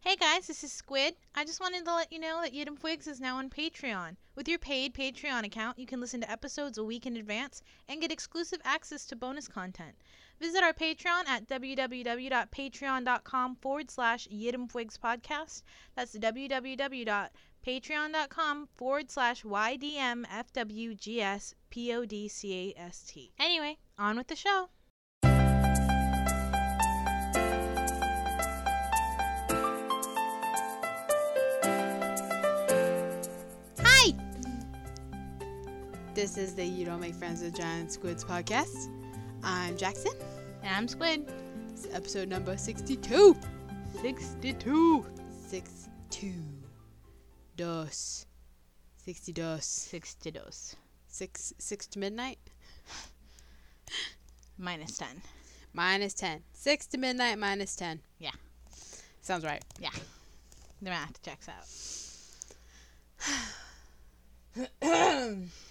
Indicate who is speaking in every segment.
Speaker 1: Hey guys, this is Squid. I just wanted to let you know that Yidam Twigs is now on Patreon. With your paid Patreon account, you can listen to episodes a week in advance and get exclusive access to bonus content. Visit our Patreon at www.patreon.com forward slash Twigs podcast. That's www.patreon.com forward slash YDMFWGSPODCAST. Anyway, on with the show.
Speaker 2: This is the You Don't Make Friends with Giant Squids podcast. I'm Jackson.
Speaker 1: And I'm Squid.
Speaker 2: It's episode number 62.
Speaker 1: 62.
Speaker 2: 62. Dos. 60 dos.
Speaker 1: 62.
Speaker 2: Six, six to midnight?
Speaker 1: Minus 10.
Speaker 2: Minus 10. Six to midnight minus 10.
Speaker 1: Yeah.
Speaker 2: Sounds right.
Speaker 1: The math checks out.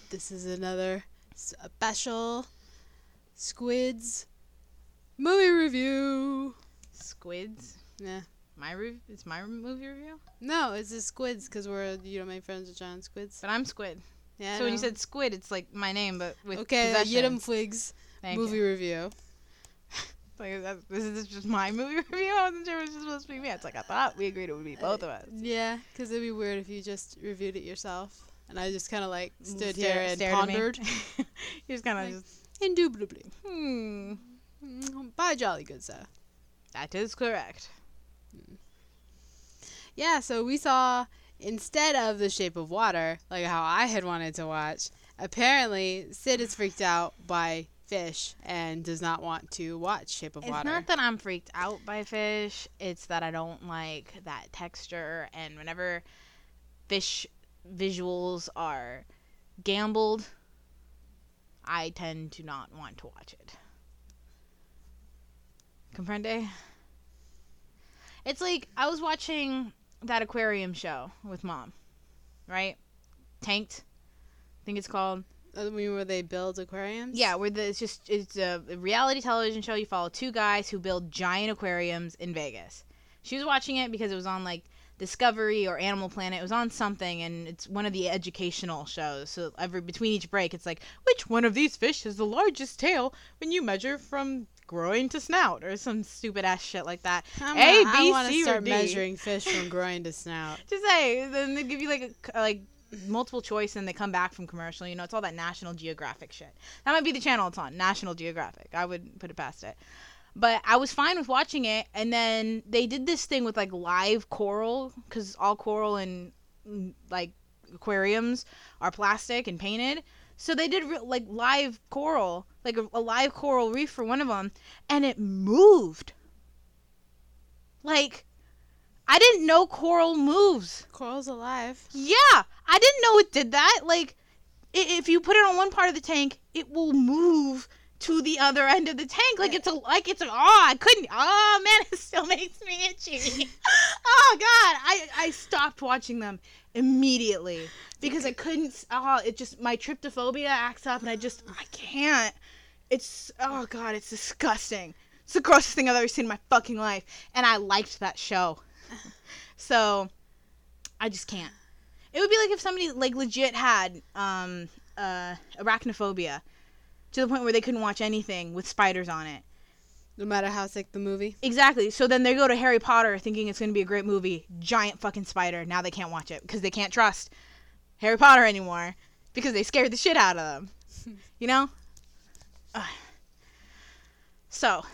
Speaker 2: This is another special Squids movie review.
Speaker 1: Squids.
Speaker 2: Yeah.
Speaker 1: My re- it's my movie review,
Speaker 2: No, it's just Squids because we're You Don't Make Friends with Giant Squids.
Speaker 1: but I'm Squid.
Speaker 2: Yeah. I
Speaker 1: so when you
Speaker 2: know.
Speaker 1: said Squid, it's like my name, but with
Speaker 2: Okay, the
Speaker 1: possession.
Speaker 2: Yidam Fwigs
Speaker 1: Thank you.
Speaker 2: movie review.
Speaker 1: Like, that's- this is just my movie review. I wasn't sure it was just supposed to be me. It's like I thought we agreed it would be both of us.
Speaker 2: Yeah, because it'd be weird if you just reviewed it yourself. And I just kind of like stood
Speaker 1: Mm, Stare-
Speaker 2: here and
Speaker 1: stared at me.
Speaker 2: pondered.
Speaker 1: You're just kind of
Speaker 2: Like-
Speaker 1: just
Speaker 2: Indubitably.
Speaker 1: hmm.
Speaker 2: Mm, By jolly good sir.
Speaker 1: That is correct.
Speaker 2: Yeah, so we saw instead of The Shape of Water, like how I had wanted to watch, apparently Sid is freaked out by fish and does not want to watch Shape of
Speaker 1: It's
Speaker 2: Water.
Speaker 1: not that I'm freaked out by fish. It's that I don't like that texture. And whenever fish visuals are gambled, I tend to not want to watch it. Comprende? It's like I was watching that aquarium show with mom, right? Tanked, I think it's called.
Speaker 2: I Uh, mean, where they build aquariums?
Speaker 1: Yeah, where the it's just it's a reality television show. You follow two guys who build giant aquariums in Vegas. She was watching it because it was on like Discovery or Animal Planet. It was on something, and it's one of the educational shows. So every between each break, it's like which one of these fish has the largest tail when you measure from groin to snout or some stupid ass shit like that.
Speaker 2: I'm
Speaker 1: A,
Speaker 2: gonna- I
Speaker 1: B,
Speaker 2: wanna
Speaker 1: C, or
Speaker 2: start
Speaker 1: D.
Speaker 2: measuring fish from groin to snout.
Speaker 1: Just say then they give you like a, uh, like multiple choice, and they come back from commercial. You know, it's all that National Geographic shit. That might be the channel it's on, National Geographic. I would put it past it. But I was fine with watching it, and then they did this thing with like live coral, because all coral and mm, like aquariums are plastic and painted. So they did re- like live coral, like a, a live coral reef for one of them, and it moved. Like, I didn't know coral moves.
Speaker 2: Coral's alive.
Speaker 1: Yeah, I didn't know it did that. Like, i- if you put it on one part of the tank, it will move to the other end of the tank. Like it's a like it's a oh I couldn't oh man it still makes me itchy. oh god I I stopped watching them immediately because I couldn't s- oh it just my tryptophobia acts up and I just I can't. It's oh god it's disgusting. It's the grossest thing I've ever seen in my fucking life and I liked that show. So I just can't. It would be like if somebody like legit had um uh arachnophobia to the point where they couldn't watch anything with spiders on it.
Speaker 2: No matter how sick the movie.
Speaker 1: Exactly. So then they go to Harry Potter thinking it's going to be a great movie. Giant fucking spider. Now they can't watch it because they can't trust Harry Potter anymore because they scared the shit out of them. You know? Ugh. So,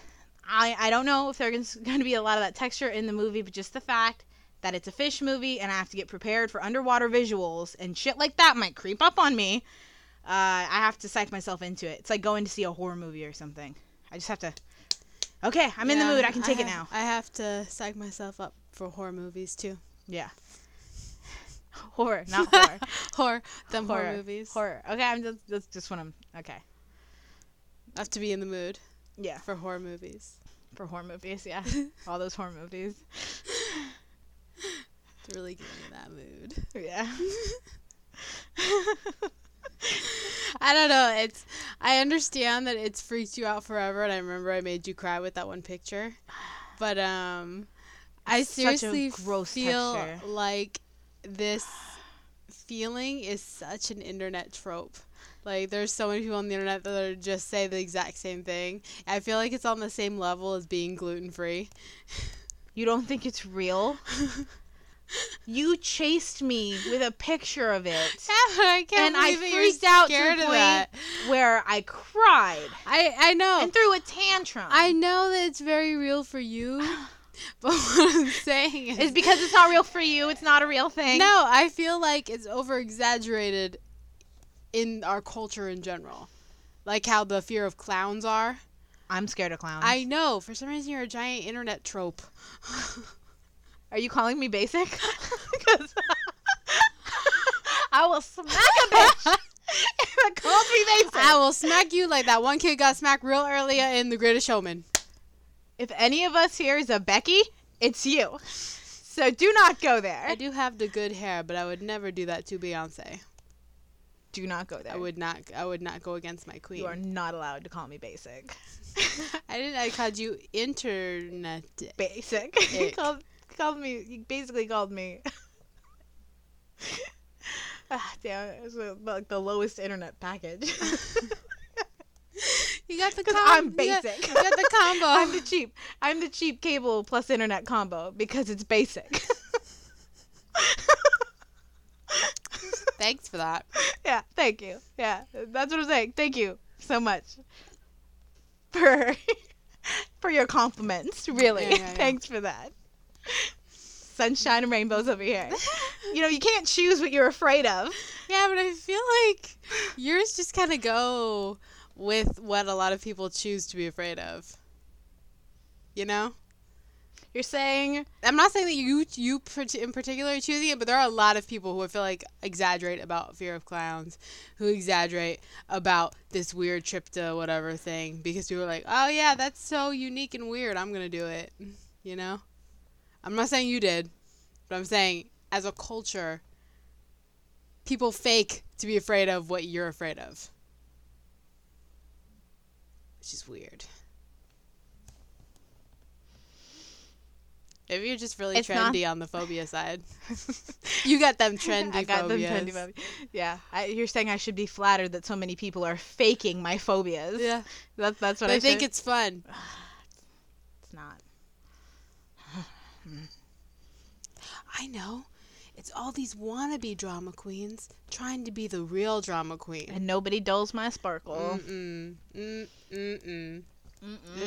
Speaker 1: I I don't know if there's going to be a lot of that texture in the movie, but just the fact that it's a fish movie and I have to get prepared for underwater visuals and shit like that might creep up on me. Uh, I have to psych myself into it. It's like going to see a horror movie or something. I just have to. Okay, I'm in the
Speaker 2: Yeah,
Speaker 1: mood. I can take it
Speaker 2: have-
Speaker 1: now.
Speaker 2: I have to psych myself up for horror movies too.
Speaker 1: Yeah. Horror, not horror.
Speaker 2: horror, them horror,
Speaker 1: Horror.
Speaker 2: movies.
Speaker 1: horror. Okay, I'm just that's just what I'm. Okay.
Speaker 2: I have to be in the mood
Speaker 1: Yeah.
Speaker 2: for horror movies
Speaker 1: For horror movies, yeah. All those horror movies.
Speaker 2: to really get in that mood.
Speaker 1: Yeah.
Speaker 2: I don't know. It's I understand that it's freaked you out forever, and I remember I made you cry with that one picture, but um, I
Speaker 1: It's such a
Speaker 2: seriously
Speaker 1: gross
Speaker 2: feel
Speaker 1: texture.
Speaker 2: like this feeling is such an internet trope. Like there's so many people on the internet that are just say the exact same thing. I feel like it's on the same level as being gluten free.
Speaker 1: You don't think it's real? you chased me with a picture of it
Speaker 2: I
Speaker 1: And
Speaker 2: can't
Speaker 1: I
Speaker 2: believe that you're
Speaker 1: freaked out to the
Speaker 2: scared of
Speaker 1: point-
Speaker 2: that.
Speaker 1: where I cried
Speaker 2: I I know.
Speaker 1: and threw a tantrum.
Speaker 2: I know that it's very real for you, but what I'm saying is
Speaker 1: it's because it's not real for you. It's not a real thing.
Speaker 2: No, I feel like it's over exaggerated in our culture in general. Like how the fear of clowns are.
Speaker 1: I'm scared of clowns.
Speaker 2: I know, for some reason you're a giant internet trope.
Speaker 1: Are you calling me basic? 'Cause I will smack a bitch if it calls me basic.
Speaker 2: I will smack you like that one kid got smacked real early in The Greatest Showman.
Speaker 1: if any of us here is a Becky, it's you. So do not go there.
Speaker 2: I do have the good hair, but I would never do that to Beyonce.
Speaker 1: do not go there.
Speaker 2: I would not I would not go against my queen.
Speaker 1: You are not allowed to call me basic.
Speaker 2: I didn't I called you internet
Speaker 1: basic. you
Speaker 2: Ick.
Speaker 1: called, called me. You basically called me. ah, damn, it was uh, like the lowest internet package.
Speaker 2: You got the
Speaker 1: 'Cause
Speaker 2: combo.
Speaker 1: I'm basic.
Speaker 2: You got, the combo.
Speaker 1: I'm the cheap. I'm the cheap cable plus internet combo because it's basic.
Speaker 2: Thanks for that.
Speaker 1: yeah, thank you. Yeah, that's what I'm saying. Thank you so much for for your compliments. Really,
Speaker 2: Yeah, yeah, yeah.
Speaker 1: thanks for that. Sunshine and rainbows over here. You know, you can't choose what you're afraid of.
Speaker 2: Yeah, but I feel like yours just kind of go with what a lot of people choose to be afraid of. You know,
Speaker 1: You're saying
Speaker 2: I'm not saying that you you part- in particular are choosing it, but there are a lot of people who I feel like exaggerate about fear of clowns, who exaggerate about this weird trip to whatever thing because people are like, oh yeah, that's so unique and weird. I'm gonna do it. You know, I'm not saying you did, but I'm saying as a culture, people fake to be afraid of what you're afraid of, which is weird. Maybe you're just really
Speaker 1: It's not-
Speaker 2: trendy on the phobia side. you got them trendy
Speaker 1: I got them trendy
Speaker 2: phobias.
Speaker 1: phobias. Yeah, I, you're saying I should be flattered that so many people are faking my phobias.
Speaker 2: Yeah,
Speaker 1: that's that's what
Speaker 2: but I think
Speaker 1: should-
Speaker 2: it's fun.
Speaker 1: it's not.
Speaker 2: I know. It's all these wannabe drama queens trying to be the real drama queen.
Speaker 1: And nobody dulls my
Speaker 2: Mm.
Speaker 1: sparkle.
Speaker 2: Mm-mm. Mm-mm. Mm-mm. It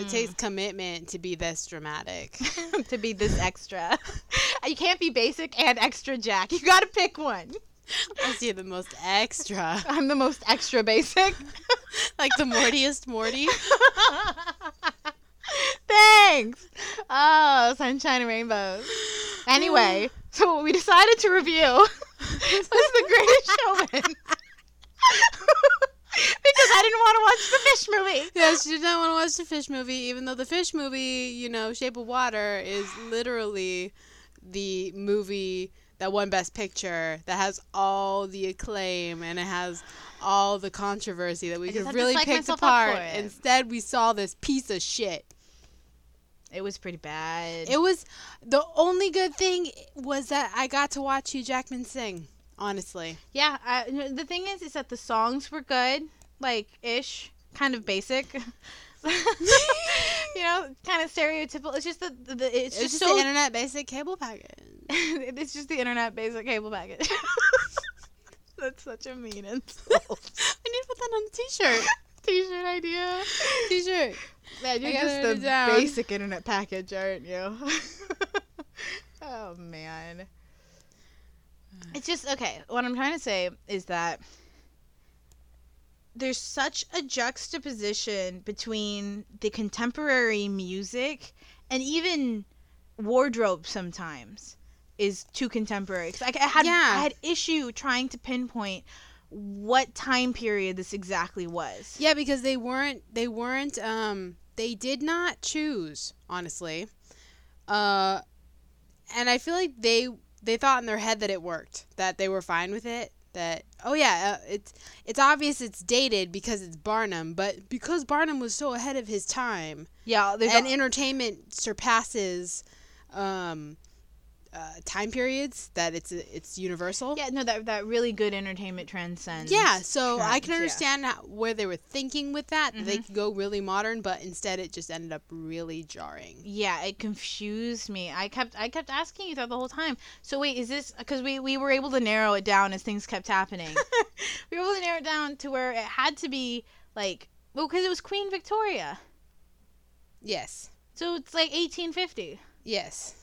Speaker 1: Mm-mm.
Speaker 2: takes commitment to be this dramatic.
Speaker 1: to be this extra. you can't be basic and extra Jack. You gotta pick one.
Speaker 2: Unless you're the most extra.
Speaker 1: I'm the most extra basic.
Speaker 2: Like the Mortiest Morty.
Speaker 1: Thanks. Oh, sunshine and rainbows. Anyway, so we decided to review was the greatest showman. because I didn't want to watch the fish movie.
Speaker 2: Yeah, she did not want to watch the fish movie, even though the fish movie, you know, Shape of Water is literally the movie that won Best Picture that has all the acclaim and it has all the controversy that we
Speaker 1: I just
Speaker 2: could
Speaker 1: had to
Speaker 2: really
Speaker 1: psych
Speaker 2: pick
Speaker 1: myself up for
Speaker 2: apart.
Speaker 1: it.
Speaker 2: Instead, we saw this piece of shit.
Speaker 1: It was pretty bad.
Speaker 2: It was the only good thing was that I got to watch Hugh Jackman sing. Honestly,
Speaker 1: yeah, I, no, the thing is, is that the songs were good, like ish, kind of basic. you know, kind of stereotypical. It's just the, the, the it's,
Speaker 2: it's
Speaker 1: just,
Speaker 2: just
Speaker 1: so
Speaker 2: the internet basic cable package.
Speaker 1: it's just the internet basic cable package. That's such a mean
Speaker 2: we
Speaker 1: insult.
Speaker 2: need to put that on a t-shirt.
Speaker 1: T-shirt idea.
Speaker 2: T-shirt.
Speaker 1: Man,
Speaker 2: I gotta write it down.
Speaker 1: internet package, aren't you? oh man. It's just okay. What I'm trying to say is that there's such a juxtaposition between the contemporary music and even wardrobe sometimes is too contemporary. 'Cause, like I had
Speaker 2: Yeah.
Speaker 1: I had issue trying to pinpoint what time period this exactly was.
Speaker 2: Yeah, because they weren't they weren't um they did not choose, honestly. Uh and I feel like they they thought in their head that it worked, that they were fine with it, that oh yeah, uh, it's it's obvious it's dated because it's Barnum, but because Barnum was so ahead of his time
Speaker 1: Yeah, there's
Speaker 2: and
Speaker 1: a-
Speaker 2: entertainment surpasses um, uh, time periods that it's it's universal.
Speaker 1: Yeah, no, that that really good entertainment transcends.
Speaker 2: Yeah, Mm-hmm. so I can
Speaker 1: trends,
Speaker 2: understand how, where they were thinking with that. that They could go really modern, but instead it just ended up really jarring.
Speaker 1: Yeah, it confused me. I kept I kept asking you that the whole time. So wait, is this because we we were able to narrow it down as things kept happening? we were able to narrow it down to where it had to be like well, because it was Queen Victoria,
Speaker 2: Yes.
Speaker 1: so it's like 1850.
Speaker 2: Yes.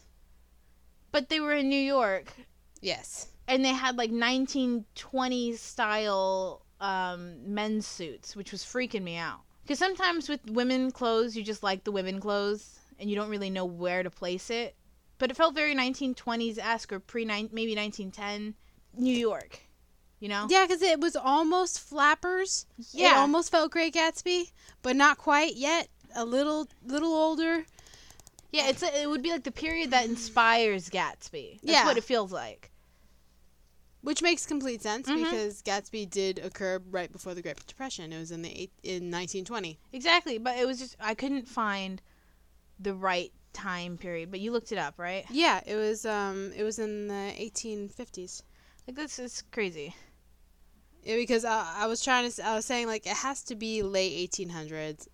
Speaker 1: But they were in New York,
Speaker 2: Yes.
Speaker 1: and they had like 1920s style um, men's suits, which was freaking me out. Because sometimes with women clothes, you just like the women clothes, and you don't really know where to place it. But it felt very 1920s esque or pre maybe 1910 New York. You know?
Speaker 2: Yeah, because it was almost flappers. Yeah. It almost felt Great Gatsby, but not quite yet. A little, little older.
Speaker 1: yeah. It's a, it would be like the period that inspires Gatsby. That's
Speaker 2: Yeah.
Speaker 1: what it feels like.
Speaker 2: Which makes complete sense
Speaker 1: Mhm.
Speaker 2: because Gatsby did occur right before the Great Depression. It was in the eight, in 1920.
Speaker 1: Exactly. But it was just I couldn't find the right time period. But you looked it up, right?
Speaker 2: Yeah, it was um it was in the 1850s.
Speaker 1: Like this is crazy.
Speaker 2: Yeah, because I, I was trying to s- I was saying like it has to be late 1800s.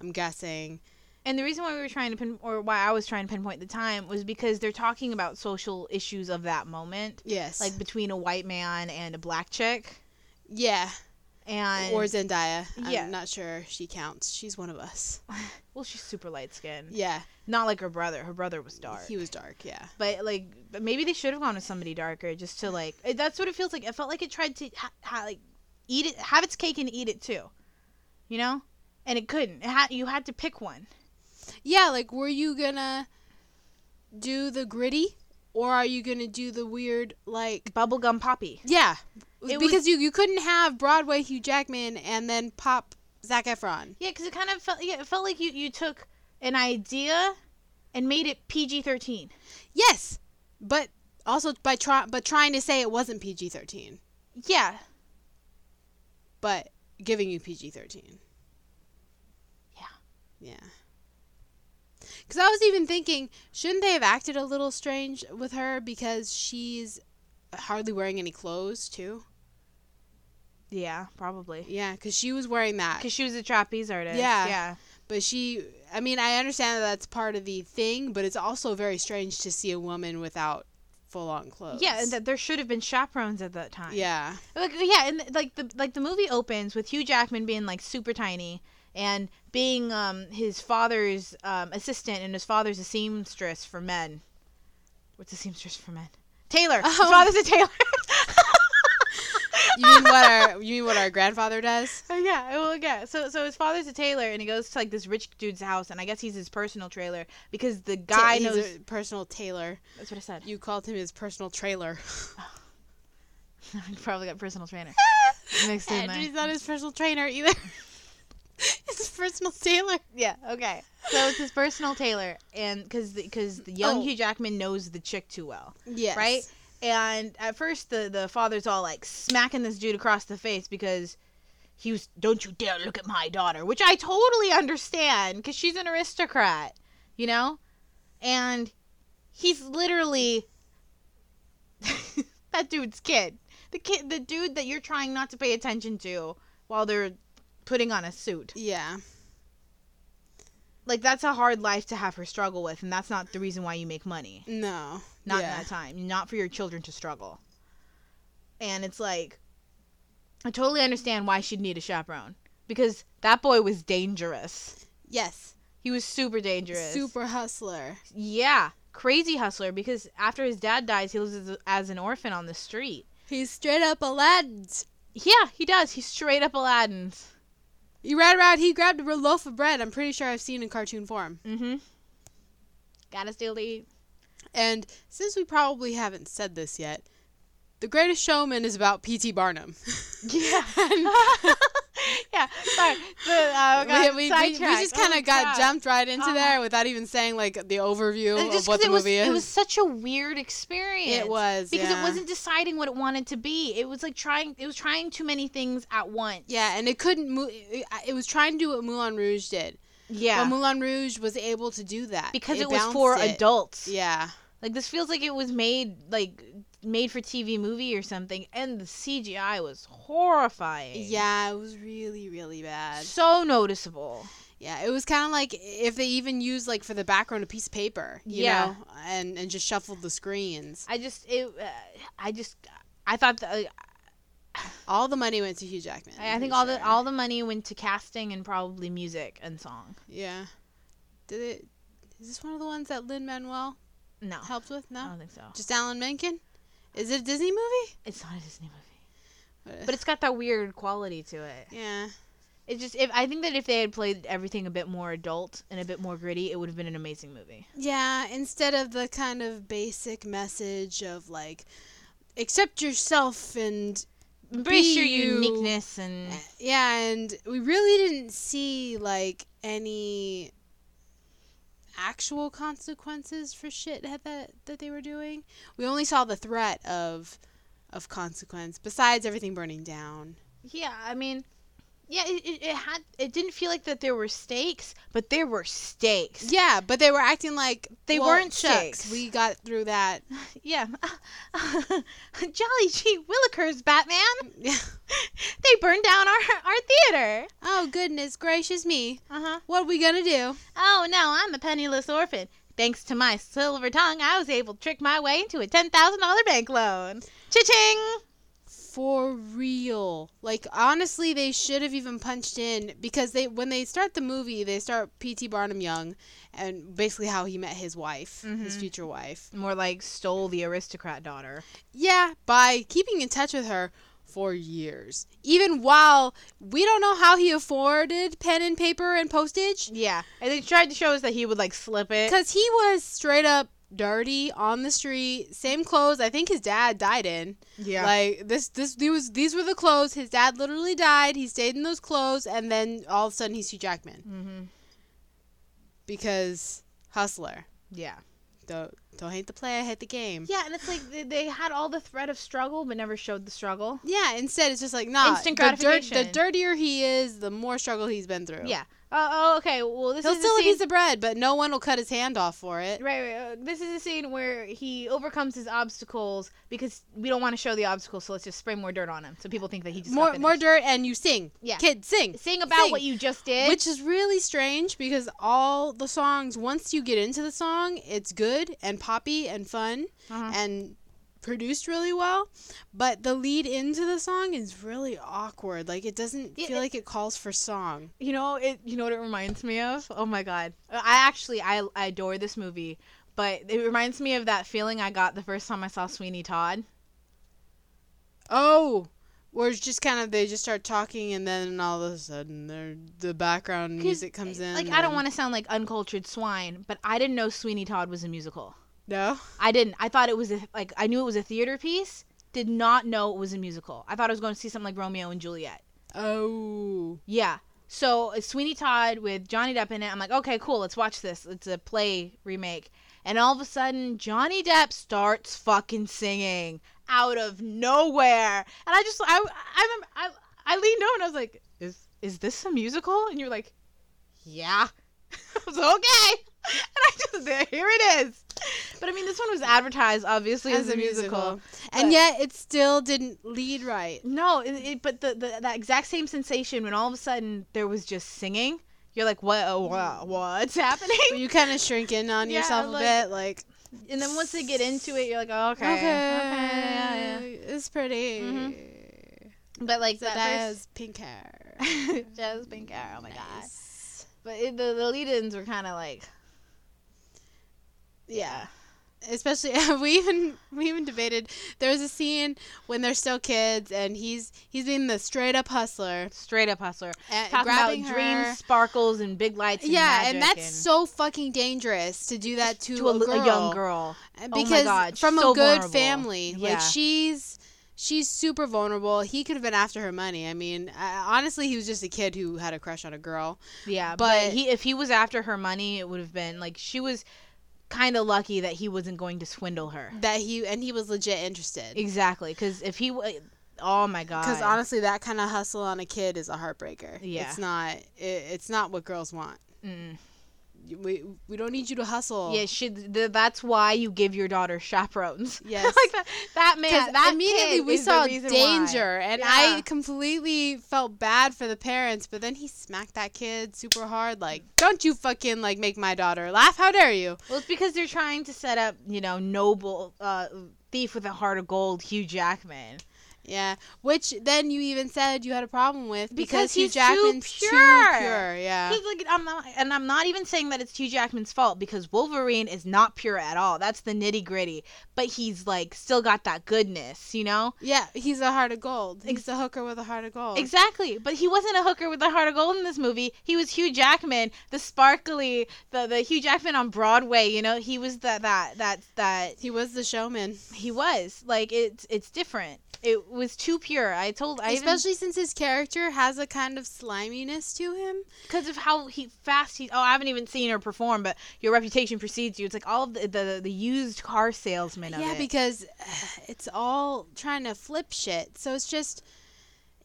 Speaker 2: I'm guessing.
Speaker 1: And the reason why we were trying to pin, or why I was trying to pinpoint the time, was because they're talking about social issues of that moment,
Speaker 2: Yes. Like
Speaker 1: like between a white man and a black chick,
Speaker 2: yeah,
Speaker 1: and
Speaker 2: or Zendaya.
Speaker 1: Yeah.
Speaker 2: I'm not sure she counts. She's one of us.
Speaker 1: well, she's super light skinned,
Speaker 2: Yeah.
Speaker 1: not like her brother. Her brother was dark,
Speaker 2: He was dark, yeah.
Speaker 1: but like but maybe they should have gone with somebody darker, just to like it- that's what it feels like. It felt like it tried to ha- ha- like eat it, have its cake and eat it too, you know, and it couldn't. It had you had to pick one.
Speaker 2: Yeah, like were you gonna do the gritty or are you gonna do the weird like
Speaker 1: Bubblegum Poppy.
Speaker 2: Yeah.
Speaker 1: It was-
Speaker 2: because you you couldn't have Broadway Hugh Jackman and then pop Zac Efron.
Speaker 1: Yeah, because it kind of felt yeah, it felt like you you took an idea and made it PG thirteen.
Speaker 2: Yes. But also by try but trying to say it wasn't PG thirteen.
Speaker 1: Yeah,
Speaker 2: but giving you PG 13.
Speaker 1: Yeah.
Speaker 2: Yeah. Because I was even thinking, shouldn't they have acted a little strange with her because she's hardly wearing any clothes, too?
Speaker 1: yeah, probably
Speaker 2: Yeah, because she was wearing that.
Speaker 1: because she was a trapeze artist.
Speaker 2: Yeah.
Speaker 1: yeah,
Speaker 2: But she, I mean, I understand that that's part of the thing, but it's also very strange to see a woman without full on clothes.
Speaker 1: yeah. And that there should have been chaperones at that time.
Speaker 2: yeah.
Speaker 1: like yeah, and like the like the movie opens with Hugh Jackman being like super tiny and being um his father's um assistant and his father's a seamstress for men. What's a seamstress for men? Taylor. His
Speaker 2: Oh.
Speaker 1: father's a tailor.
Speaker 2: You mean what our you mean what our grandfather does?
Speaker 1: Oh, yeah, well, yeah. So, so his father's a tailor, and he goes to like this rich dude's house, and I guess he's his personal trailer because the guy
Speaker 2: He's
Speaker 1: knows.
Speaker 2: a personal tailor.
Speaker 1: That's what I said.
Speaker 2: You called him his personal trailer.
Speaker 1: You probably got personal trainer mixed in there.
Speaker 2: Andrew's not his personal trainer either. his personal tailor.
Speaker 1: Yeah. Okay. So it's his personal tailor, and because because the, young
Speaker 2: Oh.
Speaker 1: Hugh Jackman knows the chick too well,
Speaker 2: Yes.
Speaker 1: right? And at first, the the father's all like smacking this dude across the face because. He was, don't you dare look at my daughter, which I totally understand because she's an aristocrat, you know? and he's literally that dude's kid. The kid the dude that you're trying not to pay attention to while they're putting on a suit.
Speaker 2: Yeah.
Speaker 1: Like that's a hard life to have her struggle with and that's not the reason why you make money.
Speaker 2: No.
Speaker 1: Not
Speaker 2: yeah.
Speaker 1: in that time. Not for your children to struggle. And it's like I totally understand why she'd need a chaperone because that boy was dangerous.
Speaker 2: Yes.
Speaker 1: He was super dangerous.
Speaker 2: Super hustler.
Speaker 1: Yeah, crazy hustler. Because after his dad dies, he lives as, as an orphan on the street.
Speaker 2: He's straight up Aladdin's.
Speaker 1: Yeah, he does. He's straight up Aladdin's.
Speaker 2: He ran around. He grabbed a loaf of bread. I'm pretty sure I've seen in cartoon form.
Speaker 1: Mm-hmm. Gotta steal to eat.
Speaker 2: And since we probably haven't said this yet, The Greatest Showman is about P.T. Barnum.
Speaker 1: Yeah. yeah. Sorry. The, uh,
Speaker 2: we, we, we, we just kind of got jumped right into
Speaker 1: Oh, Uh-huh. Uh,
Speaker 2: there without even saying like the overview of what the
Speaker 1: it was,
Speaker 2: movie is.
Speaker 1: It was such a weird experience.
Speaker 2: It was,
Speaker 1: because
Speaker 2: yeah.
Speaker 1: it wasn't deciding what it wanted to be. It was like trying. It was trying too many things at once.
Speaker 2: Yeah, and it couldn't move. It was trying to do what Moulin Rouge did,
Speaker 1: Yeah.
Speaker 2: But Moulin Rouge was able to do that
Speaker 1: because it, was for
Speaker 2: balanced it.
Speaker 1: adults.
Speaker 2: Yeah.
Speaker 1: Like this feels like it was made like made for TV movie or something and the CGI was horrifying.
Speaker 2: Yeah, it was really, really bad.
Speaker 1: So noticeable.
Speaker 2: Yeah, it was kind of like if they even used like for the background a piece of paper, you
Speaker 1: Yeah.
Speaker 2: know, and and just shuffled the screens.
Speaker 1: I just it uh, I just I thought that, uh,
Speaker 2: All the money went to Hugh Jackman.
Speaker 1: I I
Speaker 2: I'm
Speaker 1: think
Speaker 2: pretty
Speaker 1: all the
Speaker 2: sure.
Speaker 1: all the money went to casting and probably music and song.
Speaker 2: yeah. Did it? Is this one of the ones that Lin Manuel
Speaker 1: No.
Speaker 2: helped with? No,
Speaker 1: I don't think so.
Speaker 2: just Alan Menken. Is it a Disney movie?
Speaker 1: It's not a Disney movie. But it's got that weird quality to it.
Speaker 2: yeah,
Speaker 1: It's just if I think that if they had played everything a bit more adult and a bit more gritty, it would have been an amazing movie.
Speaker 2: yeah. Instead of the kind of basic message of like, accept yourself and
Speaker 1: Embrace your
Speaker 2: Be you.
Speaker 1: uniqueness and
Speaker 2: Yeah, and we really didn't see like any actual consequences for shit that that, that they were doing. We only saw the threat of of consequence besides everything burning down.
Speaker 1: Yeah, I mean, yeah, it, it, it had it didn't feel like that there were stakes, but there were stakes.
Speaker 2: Yeah, but they were acting like
Speaker 1: They
Speaker 2: well,
Speaker 1: weren't
Speaker 2: shucks,
Speaker 1: stakes.
Speaker 2: We got through that.
Speaker 1: Yeah, Jolly G. Willikers, Batman.
Speaker 2: Yeah.
Speaker 1: They burned down our our theater.
Speaker 2: oh goodness gracious me.
Speaker 1: Uh huh.
Speaker 2: What we going to do?
Speaker 1: Oh no, I'm a penniless orphan. Thanks to my silver tongue, I was able to trick my way into a ten thousand dollar bank loan. Cha-ching!
Speaker 2: For real. Like honestly, they should have even punched in because they when they start the movie, they start P.T. Barnum Young and basically how he met his wife, his
Speaker 1: Mhm.
Speaker 2: future wife.
Speaker 1: More like stole the aristocrat daughter.
Speaker 2: Yeah, by keeping in touch with her for years. Even while we don't know how he afforded pen and paper and postage
Speaker 1: Yeah, and they tried to show us that he would like slip it.
Speaker 2: cuz he was straight up dirty on the street, same clothes I think his dad died in.
Speaker 1: Yeah,
Speaker 2: Like this, this these was these were the clothes. His dad literally died. He stayed in those clothes, and then all of a sudden he's Hugh Jackman
Speaker 1: mm-hmm.
Speaker 2: because hustler.
Speaker 1: yeah.
Speaker 2: Don't don't hate the play. I hate the game.
Speaker 1: Yeah, and it's like they, they had all the threat of struggle, but never showed the struggle.
Speaker 2: Yeah. Instead, it's just like nah.
Speaker 1: Instant
Speaker 2: the, dirt, the
Speaker 1: gratification.
Speaker 2: dirtier he is, the more struggle he's been through.
Speaker 1: Yeah. Uh, oh, okay. Well, this
Speaker 2: He'll
Speaker 1: is
Speaker 2: still
Speaker 1: the
Speaker 2: a
Speaker 1: scene.
Speaker 2: piece of bread, but no one will cut his hand off for it.
Speaker 1: Right, right. Uh, this is a scene where he overcomes his obstacles because we don't want to show the obstacles, so let's just spray more dirt on him, so people think that he just
Speaker 2: More
Speaker 1: got
Speaker 2: more
Speaker 1: finished.
Speaker 2: dirt, and you sing.
Speaker 1: Yeah.
Speaker 2: Kid, sing.
Speaker 1: Sing about
Speaker 2: Sing.
Speaker 1: what you just did.
Speaker 2: Which is really strange because all the songs, once you get into the song, it's good and poppy and fun.
Speaker 1: Uh-huh.
Speaker 2: and produced really well, but the lead into the song is really awkward. Like it doesn't
Speaker 1: Yeah,
Speaker 2: feel
Speaker 1: it-
Speaker 2: like it calls for song.
Speaker 1: You know it. You know what it reminds me of? Oh my god! I actually I, I adore this movie, but it reminds me of that feeling I got the first time I saw Sweeney Todd.
Speaker 2: Oh, where it's just kind of they just start talking and then all of a sudden they're- the background
Speaker 1: 'Cause,
Speaker 2: music comes in.
Speaker 1: Like I don't
Speaker 2: and-
Speaker 1: want to sound like uncultured swine, but I didn't know Sweeney Todd was a musical.
Speaker 2: no.
Speaker 1: I didn't. I thought it was a, like I knew it was a theater piece. Did not know it was a musical. I thought I was going to see something like Romeo and Juliet.
Speaker 2: Oh,
Speaker 1: Yeah. So it's Sweeney Todd with Johnny Depp in it. I'm like, okay, cool. Let's watch this. It's a play remake. And all of a sudden, Johnny Depp starts fucking singing out of nowhere. And I just, I, I remember, I, I leaned over and I was like, is, is this a musical? And you're like, yeah. I was like, okay. And I just, there, here it is. But I mean, this one was advertised obviously as, a musical.
Speaker 2: and
Speaker 1: but-
Speaker 2: yet it still didn't lead right.
Speaker 1: No, it, it, but the, the that exact same sensation when all of a sudden there was just singing. You're like, what? uh, wha- what's
Speaker 2: But
Speaker 1: happening?
Speaker 2: you kind of shrink in on
Speaker 1: Yeah,
Speaker 2: yourself a
Speaker 1: like-
Speaker 2: bit, like
Speaker 1: And then once they get into it, you're like, oh, okay,
Speaker 2: okay,
Speaker 1: yeah, yeah.
Speaker 2: it's pretty.
Speaker 1: But like
Speaker 2: That,
Speaker 1: that
Speaker 2: has pink hair.
Speaker 1: first, Jazz Pink Hair, oh my god.
Speaker 2: Nice.
Speaker 1: But it, the the lead-ins were kind of like,
Speaker 2: Yeah. Especially we even we even debated there was a scene when they're still kids and he's he's being the straight up hustler
Speaker 1: straight up hustler,
Speaker 2: and
Speaker 1: talking
Speaker 2: grabbing
Speaker 1: about
Speaker 2: her.
Speaker 1: dreams, sparkles, and big lights. And
Speaker 2: yeah,
Speaker 1: magic
Speaker 2: and that's so fucking dangerous to do that to, a,
Speaker 1: li-
Speaker 2: girl,
Speaker 1: young girl.
Speaker 2: And
Speaker 1: Oh my
Speaker 2: because
Speaker 1: God,
Speaker 2: from
Speaker 1: so
Speaker 2: a good
Speaker 1: vulnerable.
Speaker 2: family,
Speaker 1: Yeah.
Speaker 2: like she's she's super vulnerable. He could have been after her money. I mean, I, honestly, he was just a kid who had a crush on a girl.
Speaker 1: Yeah, but,
Speaker 2: But-
Speaker 1: he if he was after her money, it would have been like she was kind of lucky that he wasn't going to swindle her.
Speaker 2: That he and he was legit interested.
Speaker 1: Exactly, because if he, w- oh my god,
Speaker 2: Because honestly, that kind of hustle on a kid is a heartbreaker.
Speaker 1: Yeah.
Speaker 2: it's not. It, it's not what girls want.
Speaker 1: Mm.
Speaker 2: We, we don't need you to hustle.
Speaker 1: Yeah, she, th- that's why you give your daughter chaperones.
Speaker 2: Yes.
Speaker 1: like that, that man.
Speaker 2: Because
Speaker 1: That
Speaker 2: immediately
Speaker 1: kid
Speaker 2: we
Speaker 1: is the
Speaker 2: saw
Speaker 1: reason
Speaker 2: danger,
Speaker 1: why.
Speaker 2: and
Speaker 1: Yeah.
Speaker 2: I completely felt bad for the parents. But then he smacked that kid super hard. Like, don't you fucking like make my daughter laugh? How dare you?
Speaker 1: Well, it's because they're trying to set up, you know, noble uh, thief with a heart of gold, Hugh Jackman.
Speaker 2: Yeah. Which then you even said you had a problem with
Speaker 1: Because
Speaker 2: because, Hugh
Speaker 1: he's too
Speaker 2: Jackman's too
Speaker 1: pure.
Speaker 2: pure. Yeah.
Speaker 1: 'Cause, like, I'm not, and I'm not even saying that it's Hugh Jackman's fault because Wolverine is not pure at all. That's the nitty gritty. But he's like still got that goodness, you know.
Speaker 2: Yeah. He's a heart of gold.
Speaker 1: Ex-
Speaker 2: He's a hooker with a heart of gold.
Speaker 1: Exactly. But he wasn't a hooker with a heart of gold in this movie. He was Hugh Jackman, the sparkly, the the Hugh Jackman on Broadway. You know, he was the, that that that
Speaker 2: He was the showman.
Speaker 1: he was like it's it's different. It was too pure. I told I even
Speaker 2: Especially since his character has a kind of sliminess to him.
Speaker 1: because of how he fast he. Oh, I haven't even seen her perform, but your reputation precedes you. It's like all of the the, the used car salesman of
Speaker 2: yeah,
Speaker 1: it.
Speaker 2: because it's all trying to flip shit. So it's just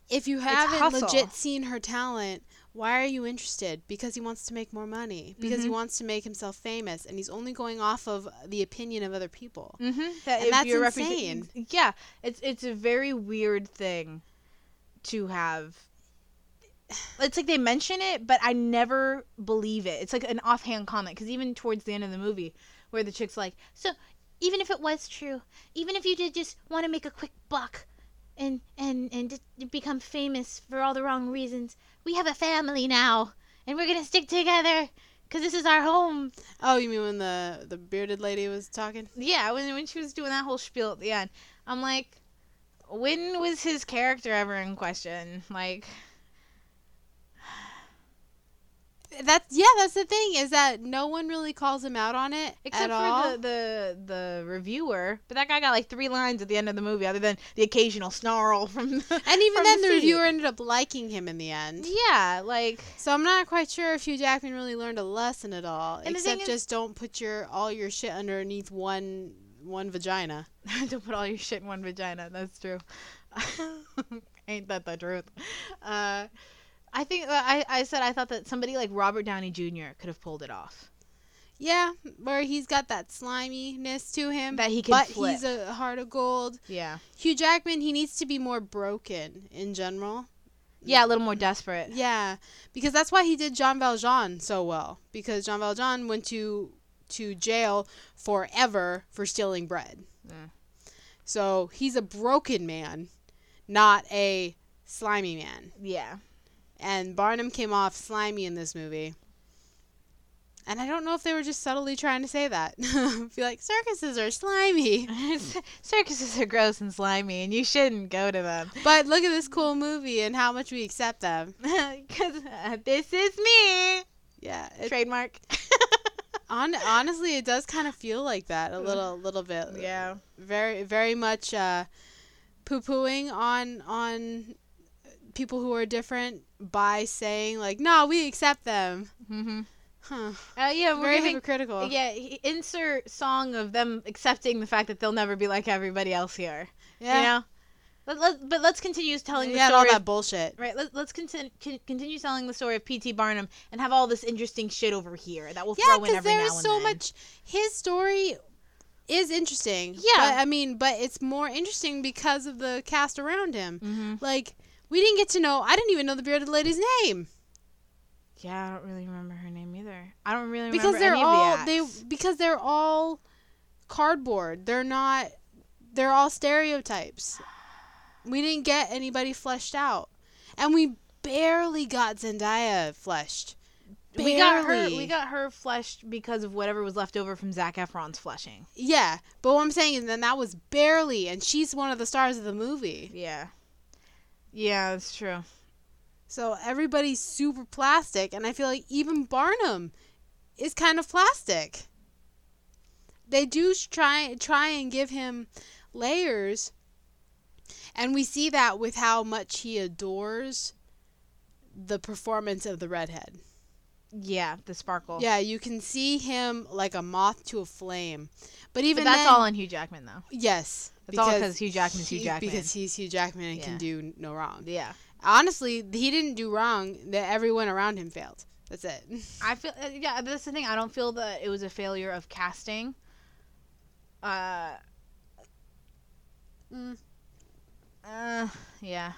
Speaker 2: if you haven't
Speaker 1: hustle.
Speaker 2: legit seen her talent, why are you interested? Because he wants to make more money. Because he wants to make himself famous, and he's only going off of the opinion of other people.
Speaker 1: Mm-hmm. That
Speaker 2: And
Speaker 1: if
Speaker 2: that's
Speaker 1: your reputa-
Speaker 2: insane.
Speaker 1: yeah, it's it's a very weird thing to have. It's like they mention it, but I never believe it. It's like an offhand comment because even towards the end of the movie, where the chick's like, "So, even if it was true, even if you did just want to make a quick buck, and and and just become famous for all the wrong reasons, we have a family now, and we're gonna stick together." Cause this is our home.
Speaker 2: Oh, you mean when the the bearded lady was talking?
Speaker 1: Yeah, when when she was doing that whole spiel at the end, I'm like, when was his character ever in question? Like,
Speaker 2: That's yeah. That's the thing is that no one really calls him out on it
Speaker 1: except
Speaker 2: at
Speaker 1: for
Speaker 2: all.
Speaker 1: the, the the reviewer, but that guy got like three lines at the end of the movie, other than the occasional snarl from. The,
Speaker 2: and even
Speaker 1: from
Speaker 2: then, the
Speaker 1: seat.
Speaker 2: reviewer ended up liking him in the end.
Speaker 1: Yeah, like
Speaker 2: So I'm not quite sure if Hugh Jackman really learned a lesson at all,
Speaker 1: And the thing
Speaker 2: except
Speaker 1: is-
Speaker 2: just don't put your all your shit underneath one one vagina.
Speaker 1: don't put all your shit in one vagina. That's true. Ain't that the truth? Uh, I think uh, I I said I thought that somebody like Robert Downey Jr. could have pulled it off.
Speaker 2: Yeah, where he's got that sliminess to him
Speaker 1: That he can
Speaker 2: but
Speaker 1: flip.
Speaker 2: he's a heart of gold.
Speaker 1: Yeah.
Speaker 2: Hugh Jackman, he needs to be more broken in general.
Speaker 1: Yeah, a little more desperate.
Speaker 2: Yeah, because that's why he did Jean Valjean so well. Because Jean Valjean went to to jail forever for stealing bread.
Speaker 1: Mm.
Speaker 2: So he's a broken man, not a slimy man.
Speaker 1: Yeah.
Speaker 2: and Barnum came off slimy in this movie. And I don't know if they were just subtly trying to say that. Be like, circuses are slimy.
Speaker 1: Circuses are gross and slimy, and you shouldn't go to them.
Speaker 2: But look at this cool movie and how much we accept them.
Speaker 1: Because uh, this is me.
Speaker 2: Yeah. It,
Speaker 1: Trademark.
Speaker 2: hon- honestly, it does kind of feel like that a little, little bit.
Speaker 1: Mm. yeah.
Speaker 2: Very, very much uh, poo-pooing on on people who are different by saying like, no, we accept them.
Speaker 1: Mm-hmm.
Speaker 2: Huh.
Speaker 1: Uh, yeah, we're
Speaker 2: Very
Speaker 1: giving.
Speaker 2: hypocritical.
Speaker 1: Yeah, h- insert song of them accepting the fact that they'll never be like everybody else here.
Speaker 2: Yeah.
Speaker 1: You know? But, let, but let's continue telling
Speaker 2: You
Speaker 1: the
Speaker 2: got
Speaker 1: story.
Speaker 2: all
Speaker 1: of-
Speaker 2: that bullshit.
Speaker 1: Right, let, let's contin- con- continue telling the story of P.T. Barnum and have all this interesting shit over here that we'll
Speaker 2: yeah,
Speaker 1: throw in every now and
Speaker 2: there's so
Speaker 1: then.
Speaker 2: much. His story is interesting.
Speaker 1: Yeah.
Speaker 2: but, I mean, but it's more interesting because of the cast around him.
Speaker 1: Mhm.
Speaker 2: Like we didn't get to know. I didn't even know the bearded lady's name
Speaker 1: Yeah, I don't really remember her name either. I don't really remember
Speaker 2: because they're
Speaker 1: any of the
Speaker 2: all
Speaker 1: acts.
Speaker 2: they because they're all cardboard. They're not. They're all stereotypes. We didn't get anybody fleshed out, and we barely got Zendaya fleshed.
Speaker 1: We got her.
Speaker 2: Barely.
Speaker 1: We got her fleshed because of whatever was left over from Zach Efron's fleshing.
Speaker 2: Yeah, but what I'm saying is, then that was barely, and she's one of the stars of the movie.
Speaker 1: Yeah, yeah, that's true.
Speaker 2: So everybody's super plastic, and I feel like even Barnum is kind of plastic. They do s- try try and give him layers, and we see that with how much he adores the performance of the redhead.
Speaker 1: Yeah, the sparkle.
Speaker 2: Yeah, you can see him like a moth to a flame, but
Speaker 1: but
Speaker 2: even
Speaker 1: that's
Speaker 2: then-
Speaker 1: all on Hugh Jackman though.
Speaker 2: Yes,
Speaker 1: That's all because Hugh Jackman's Hugh
Speaker 2: he-
Speaker 1: Jackman.
Speaker 2: Because he's Hugh Jackman and
Speaker 1: Yeah.
Speaker 2: can do no wrong.
Speaker 1: yeah,
Speaker 2: Honestly, he didn't do wrong. That everyone around him failed. That's it.
Speaker 1: I feel uh, yeah. That's the thing. I don't feel that it was a failure of casting. Uh,
Speaker 2: Mm,
Speaker 1: uh yeah,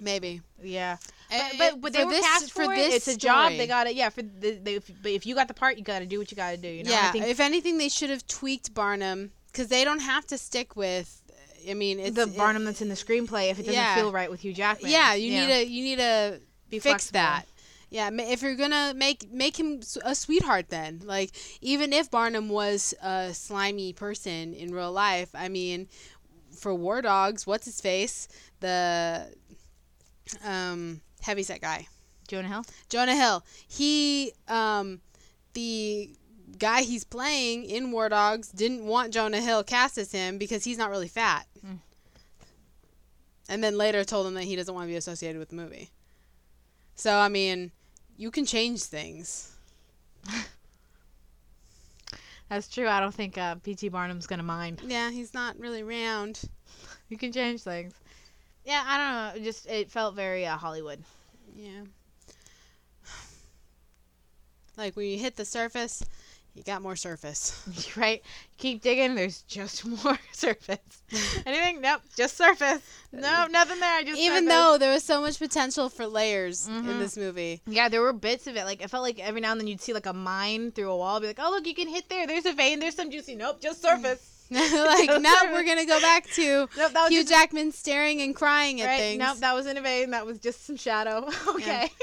Speaker 2: maybe.
Speaker 1: yeah.
Speaker 2: And-
Speaker 1: But but, but they
Speaker 2: for
Speaker 1: were
Speaker 2: this-
Speaker 1: cast for, it. It's a job.
Speaker 2: story-
Speaker 1: They got it. Yeah. For the, they, if, but if you got the part, you got to do what you got to do. You know.
Speaker 2: yeah,
Speaker 1: I think
Speaker 2: if anything, they should have tweaked Barnum because they don't have to stick with. I mean, it's
Speaker 1: the
Speaker 2: it-
Speaker 1: Barnum that's in the screenplay. If it doesn't
Speaker 2: Yeah.
Speaker 1: feel right with Hugh Jackman.
Speaker 2: yeah, you need to you need to
Speaker 1: Be
Speaker 2: fix
Speaker 1: flexible.
Speaker 2: that. Yeah, ma- if you're gonna make make him s- a sweetheart, then like even if Barnum was a slimy person in real life, I mean, for War Dogs, what's his face, the um heavyset guy,
Speaker 1: Jonah Hill.
Speaker 2: Jonah Hill. He, um, the guy he's playing in War Dogs didn't want Jonah Hill cast as him because he's not really fat.
Speaker 1: Mm.
Speaker 2: And then later told him that he doesn't want to be associated with the movie. So, I mean, you can change things.
Speaker 1: That's true. I don't think uh, P.T. Barnum's gonna mind.
Speaker 2: Yeah, he's not really round.
Speaker 1: You can change things. Yeah, I don't know. It just it felt very uh, Hollywood.
Speaker 2: Yeah. Like when you hit the surface, you got more surface.
Speaker 1: right? Keep digging. There's just more surface. Anything? Nope. Just surface. No, nothing there. Just surface.
Speaker 2: Even though there was so much potential for layers in
Speaker 1: Mhm.
Speaker 2: this movie.
Speaker 1: Yeah, there were bits of it. Like I felt like every now and then you'd see like a mine through a wall. Be like, oh look, you can hit there. There's a vein. There's some juicy. Nope, just surface.
Speaker 2: like now we're gonna go back to
Speaker 1: Nope, that was
Speaker 2: Hugh
Speaker 1: just
Speaker 2: Jackman staring and crying at
Speaker 1: right.
Speaker 2: things.
Speaker 1: Nope, that was in a vein. That was just some shadow. okay.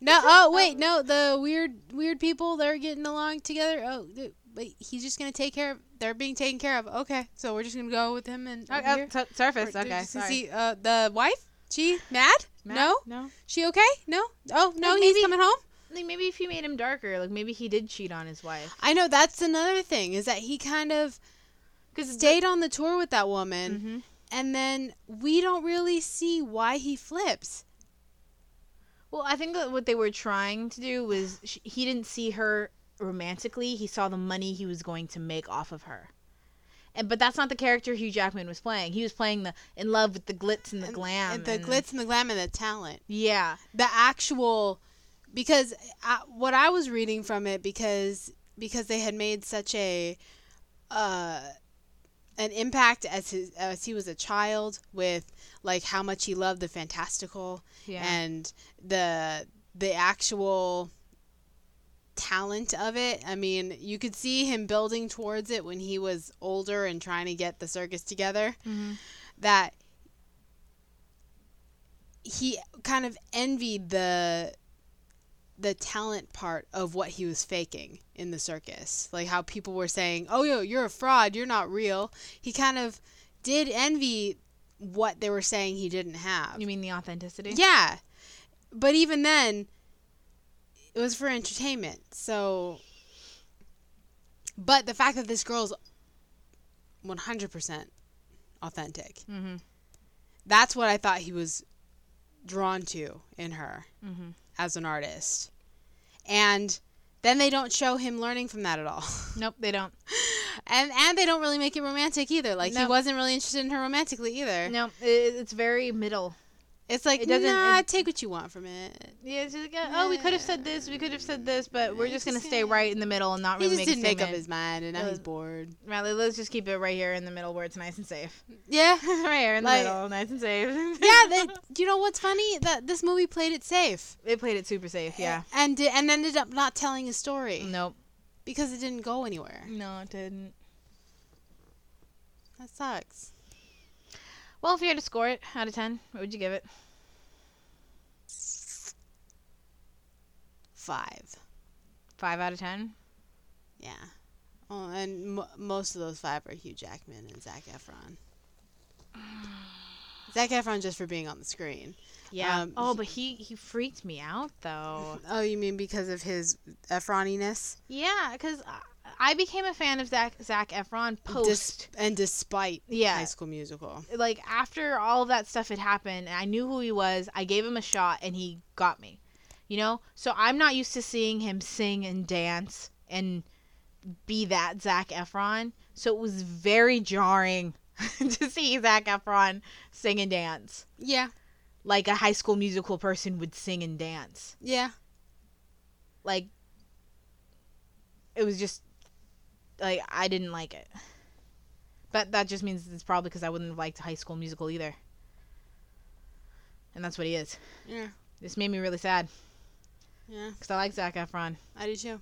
Speaker 2: No, oh wait, no, the weird weird people they're getting along together. Oh, th- wait, he's just gonna take care of. They're being taken care of. Okay, so we're just gonna go with him and over
Speaker 1: Oh,
Speaker 2: here.
Speaker 1: oh, t- surface.
Speaker 2: Or-
Speaker 1: Okay.
Speaker 2: just to
Speaker 1: Sorry.
Speaker 2: see, uh, the wife. She mad?
Speaker 1: Matt?
Speaker 2: No,
Speaker 1: No.
Speaker 2: she okay? No. Oh no,
Speaker 1: Like,
Speaker 2: he's
Speaker 1: maybe-
Speaker 2: coming home.
Speaker 1: Like maybe if you made him darker, like maybe he did cheat on his wife.
Speaker 2: I know that's another thing is that he kind of
Speaker 1: Because
Speaker 2: stayed on the Mm-hmm. tour with that woman,
Speaker 1: hmm
Speaker 2: and then we don't really see why he flips.
Speaker 1: Well, I think that what they were trying to do was sh he didn't see her romantically. He saw the money he was going to make off of her. And but that's not the character Hugh Jackman was playing. He was playing the in love with the glitz and the
Speaker 2: And-
Speaker 1: glam.
Speaker 2: the
Speaker 1: and-
Speaker 2: glitz and the glam and the talent.
Speaker 1: Yeah.
Speaker 2: the actual because I, what I was reading from it because because they had made such a uh, an impact as his as he was a child with like how much he loved the fantastical
Speaker 1: Yeah.
Speaker 2: and the the actual talent of it. I mean, you could see him building towards it when he was older and trying to get the circus together
Speaker 1: Mhm.
Speaker 2: that he kind of envied the the talent part of what he was faking in the circus. Like how people were saying, "Oh, yo, you're a fraud, you're not real." He kind of did envy what they were saying he didn't have.
Speaker 1: You mean the authenticity?
Speaker 2: Yeah. But even then, it was for entertainment. So. But the fact that this girl's 100% authentic,
Speaker 1: Mm-hmm.
Speaker 2: that's what I thought he was drawn to in her
Speaker 1: Mm-hmm.
Speaker 2: as an artist. And then they don't show him learning from that at all.
Speaker 1: Nope, they don't.
Speaker 2: And and they don't really make it romantic either. Like he
Speaker 1: No.
Speaker 2: wasn't really interested in her romantically either.
Speaker 1: No, it, it's very middle.
Speaker 2: It's like
Speaker 1: It doesn't-
Speaker 2: nah,
Speaker 1: it-
Speaker 2: take what you want from it.
Speaker 1: Yeah, it's just like, oh, we could have said this, we could have said this, but we're just gonna stay right in the middle and not
Speaker 2: He
Speaker 1: really
Speaker 2: just
Speaker 1: make a
Speaker 2: didn't make up
Speaker 1: statement.
Speaker 2: his mind, and now
Speaker 1: Uh,
Speaker 2: he's bored.
Speaker 1: Rather, let's just keep it right here in the middle where it's nice and safe.
Speaker 2: Yeah,
Speaker 1: right here in the
Speaker 2: Like-
Speaker 1: middle, nice and safe.
Speaker 2: yeah. They, you know what's funny? That this movie played it safe.
Speaker 1: They played it super safe, yeah.
Speaker 2: And di- and ended up not telling a story
Speaker 1: Nope.
Speaker 2: because it didn't go anywhere.
Speaker 1: No, it didn't.
Speaker 2: That sucks.
Speaker 1: Well, if you had to score it out of 10, what would you give it?
Speaker 2: Five.
Speaker 1: 5 out of 10?
Speaker 2: Yeah. Oh, and m- most of those five are Hugh Jackman and Zach Efron. Zach Efron just for being on the screen. Um,
Speaker 1: oh, but he, he freaked me out, though.
Speaker 2: Oh, you mean because of his Efroniness?
Speaker 1: yeah, because I became a fan of Zach, Zach Efron post.
Speaker 2: Dis- and despite
Speaker 1: Yeah.
Speaker 2: High School Musical.
Speaker 1: like, after all of that stuff had happened, and I knew who he was, I gave him a shot, and he got me. You know? So I'm not used to seeing him sing and dance and be that Zach Efron. So it was very jarring to see Zach Efron sing and dance.
Speaker 2: Yeah.
Speaker 1: like a high school musical person would sing and dance.
Speaker 2: Yeah.
Speaker 1: like it was just like I didn't like it. But that just means it's probably because I wouldn't have liked High School Musical either. And that's what he is.
Speaker 2: Yeah.
Speaker 1: This made me really sad
Speaker 2: Yeah.
Speaker 1: because I like Zach Efron.
Speaker 2: I do too.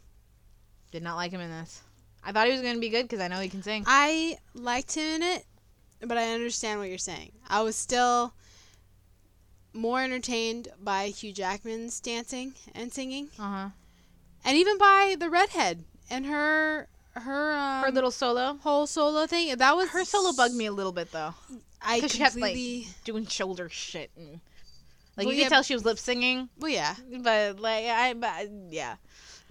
Speaker 1: Did not like him in this. I thought he was gonna be good because I know he can sing.
Speaker 2: I liked him in it, but I understand what you're saying. I was still more entertained by Hugh Jackman's dancing and singing,
Speaker 1: Uh huh.
Speaker 2: and even by the redhead and her her um,
Speaker 1: Her little solo.
Speaker 2: whole solo thing. That was
Speaker 1: Her solo bugged me a little bit though,
Speaker 2: I
Speaker 1: 'cause she kept, like-
Speaker 2: completely.
Speaker 1: doing shoulder shit and like
Speaker 2: Well,
Speaker 1: you
Speaker 2: yeah,
Speaker 1: could tell she was lip singing,
Speaker 2: well, yeah.
Speaker 1: but like I but yeah,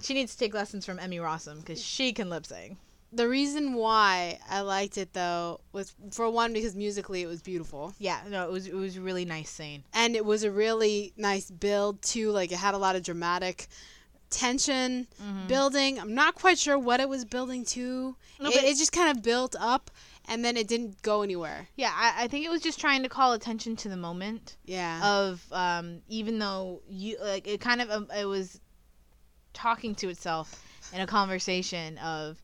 Speaker 1: she needs to take lessons from Emmy Rossum because she can lip sing.
Speaker 2: The reason why I liked it though was for one because musically it was beautiful.
Speaker 1: Yeah, no, it was it was really nice scene.
Speaker 2: and it was a really nice build too like it had a lot of dramatic tension
Speaker 1: Mm-hmm. Mm.
Speaker 2: building i'm not quite sure what it was building to
Speaker 1: No,
Speaker 2: it,
Speaker 1: but-
Speaker 2: it just kind of built up and then it didn't go anywhere
Speaker 1: Yeah, I, I think it was just trying to call attention to the moment
Speaker 2: yeah
Speaker 1: of um, even though you like it kind of um, it was talking to itself in a conversation of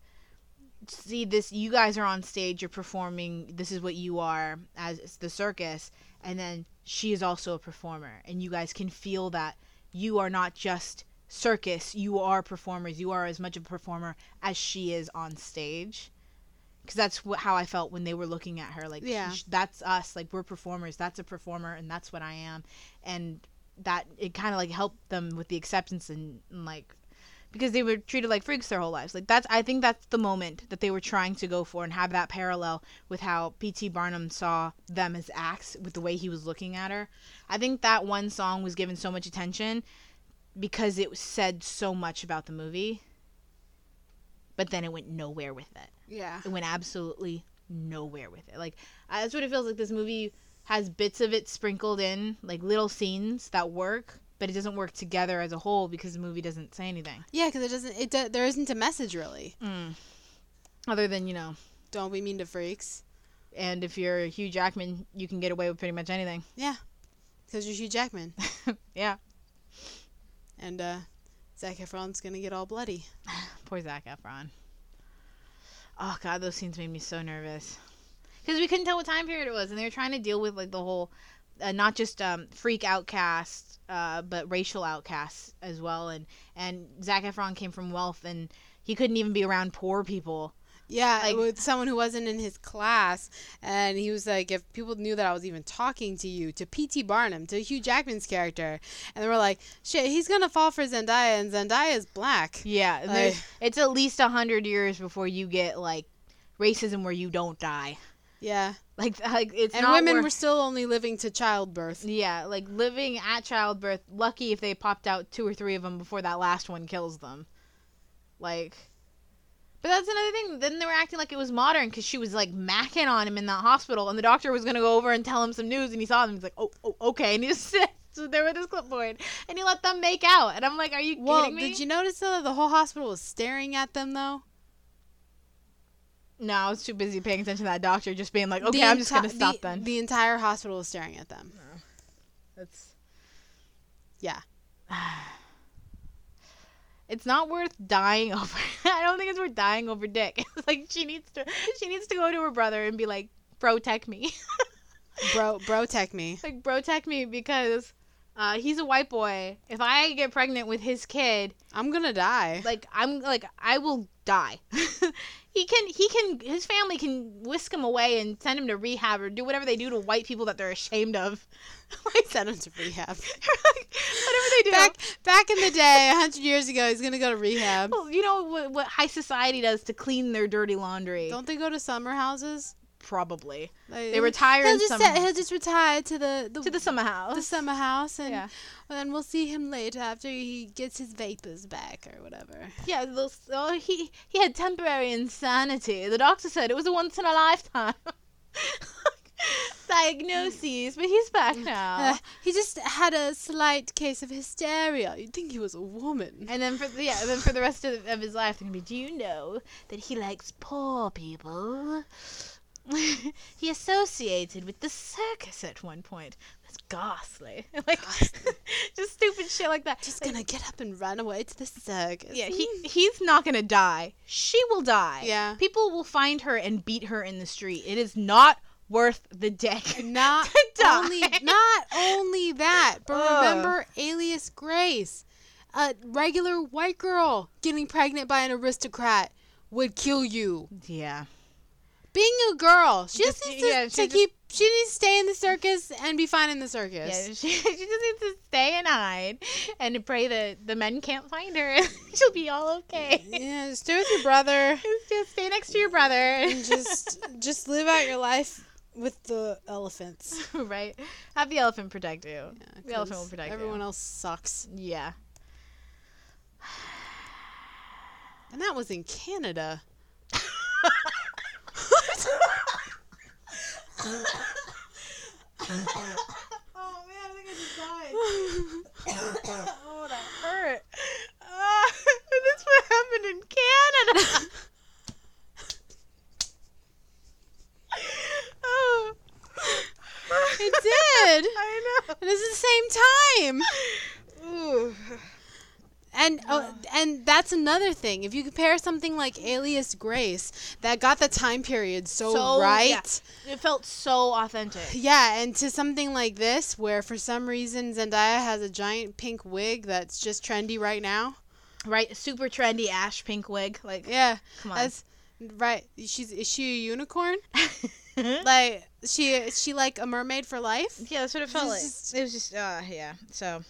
Speaker 1: see this you guys are on stage you're performing this is what you are as the circus and then she is also a performer and you guys can feel that you are not just circus you are performers you are as much a performer as she is on stage because that's wh- how i felt when they were looking at her like
Speaker 2: Yeah.
Speaker 1: sh- that's us like we're performers that's a performer and that's what i am and that it kind of like helped them with the acceptance and, and like because they were treated like freaks their whole lives like that's i think that's the moment that they were trying to go for and have that parallel with how pt barnum saw them as acts with the way he was looking at her i think that one song was given so much attention because it said so much about the movie but then it went nowhere with it
Speaker 2: yeah
Speaker 1: it went absolutely nowhere with it. Like I- that's what it feels like. This movie has bits of it sprinkled in, like little scenes that work, but it doesn't work together as a whole because the movie doesn't say anything
Speaker 2: yeah because it doesn't it do, there isn't a message really
Speaker 1: Mm. other than you know.
Speaker 2: don't be mean to freaks
Speaker 1: And if you're Hugh Jackman, you can get away with pretty much anything.
Speaker 2: yeah because you're hugh jackman
Speaker 1: Yeah,
Speaker 2: and uh zach efron's gonna get all bloody
Speaker 1: poor Zac Efron. Oh god, those scenes made me so nervous because we couldn't tell what time period it was, and they were trying to deal with like the whole, uh, not just um, freak outcast, uh, but racial outcasts as well. And and Zac Efron came from wealth, and he couldn't even be around poor people.
Speaker 2: Yeah,
Speaker 1: Like-
Speaker 2: with someone who wasn't in his class, and he was like, if people knew that I was even talking to you, to P.T. Barnum, to Hugh Jackman's character, and they were like, shit, he's gonna fall for Zendaya, and Zendaya is black.
Speaker 1: Yeah,
Speaker 2: Like-
Speaker 1: there's, it's at least a hundred years before you get like racism where you don't die.
Speaker 2: Yeah,
Speaker 1: Like, like it's
Speaker 2: and
Speaker 1: not
Speaker 2: women
Speaker 1: where-
Speaker 2: were still only living to childbirth.
Speaker 1: Yeah, like living at childbirth. Lucky if they popped out two or three of them before that last one kills them. Like, but that's another thing. Then they were acting like it was modern because she was like macking on him in that hospital, and the doctor was gonna go over and tell him some news, and he saw them. He's like, "Oh, oh okay," and he just sat there with his clipboard, and he let them make out. And I'm like, "Are you
Speaker 2: Well,
Speaker 1: kidding me?"
Speaker 2: did you notice though that the whole hospital was staring at them though?
Speaker 1: No, I was too busy paying attention to that doctor, just being like, "Okay,
Speaker 2: The
Speaker 1: I'm just
Speaker 2: enti-
Speaker 1: gonna stop
Speaker 2: the,
Speaker 1: then."
Speaker 2: The entire hospital was staring at them.
Speaker 1: That's
Speaker 2: Yeah.
Speaker 1: It's not worth dying over. I don't think it's worth dying over dick. It's like she needs to she needs to go to her brother and be like, "Protect me."
Speaker 2: Bro, bro, tech me.
Speaker 1: like, "Protect me because uh, he's a white boy. If I get pregnant with his kid,
Speaker 2: I'm gonna die.
Speaker 1: like I'm like I will die. he can he can his family can whisk him away and send him to rehab or do whatever they do to white people that they're ashamed of. like,
Speaker 2: Send him to rehab.
Speaker 1: whatever they do.
Speaker 2: back back in the day, a hundred years ago, he's gonna go to rehab.
Speaker 1: Well, you know what, what high society does to clean their dirty laundry?
Speaker 2: Don't they go to summer houses?
Speaker 1: Probably.
Speaker 2: Like,
Speaker 1: They retire
Speaker 2: He'll
Speaker 1: in
Speaker 2: just
Speaker 1: summer
Speaker 2: set- he'll just retire to the the,
Speaker 1: to the summer house.
Speaker 2: the summer house, and
Speaker 1: Yeah.
Speaker 2: then we'll see him later after he gets his vapors back or whatever.
Speaker 1: Yeah, the, oh, he he had temporary insanity. The doctor said it was a once in a lifetime diagnoses, but he's back now.
Speaker 2: Uh, he just had a slight case of hysteria. You'd think he was a woman.
Speaker 1: and then for the, yeah, then for the rest of, of his life, they're gonna be. Do you know that he likes poor people? he associated with the circus at one point. That's was ghastly. Like just stupid shit like that.
Speaker 2: Just gonna get up and run away to the circus. Mm.
Speaker 1: yeah, he he's not gonna die. She will die.
Speaker 2: Yeah.
Speaker 1: People will find her and beat her in the street. It is not worth the dick.
Speaker 2: Not
Speaker 1: to die.
Speaker 2: only not only that, but
Speaker 1: Ugh.
Speaker 2: remember Alias Grace, a regular white girl getting pregnant by an aristocrat would kill you.
Speaker 1: Yeah.
Speaker 2: Being a girl, she just
Speaker 1: Just-
Speaker 2: needs to,
Speaker 1: yeah,
Speaker 2: to
Speaker 1: she just-
Speaker 2: keep. She needs to stay in the circus and be fine in
Speaker 1: Yeah,
Speaker 2: the circus.
Speaker 1: she, she just needs to stay and hide and pray that the men can't find her. and She'll be all okay.
Speaker 2: yeah stay with your brother.
Speaker 1: just stay next to your brother.
Speaker 2: and just just live out your life with the elephants.
Speaker 1: right. Have the elephant protect you. The elephant will
Speaker 2: 'cause
Speaker 1: protect
Speaker 2: Everyone
Speaker 1: you.
Speaker 2: else sucks.
Speaker 1: Yeah.
Speaker 2: And that was in Canada.
Speaker 1: Oh man, I think I just died. oh, that hurt. Uh, this what happened in Canada. oh,
Speaker 2: it did.
Speaker 1: I know.
Speaker 2: It is the same time.
Speaker 1: Ooh.
Speaker 2: And oh, and that's another thing. If you compare something like Alias Grace, that got the time period so,
Speaker 1: So, yeah.
Speaker 2: right,
Speaker 1: It felt so authentic.
Speaker 2: yeah. and to something like this, where for some reason Zendaya has a giant pink wig that's just trendy right now.
Speaker 1: Right? Super trendy ash pink wig. Like,
Speaker 2: Yeah,
Speaker 1: come on.
Speaker 2: that's right. She's is she a unicorn? like she is she like a mermaid for life?
Speaker 1: yeah, that's what it felt
Speaker 2: This
Speaker 1: like.
Speaker 2: is-
Speaker 1: It was just, uh, yeah. So,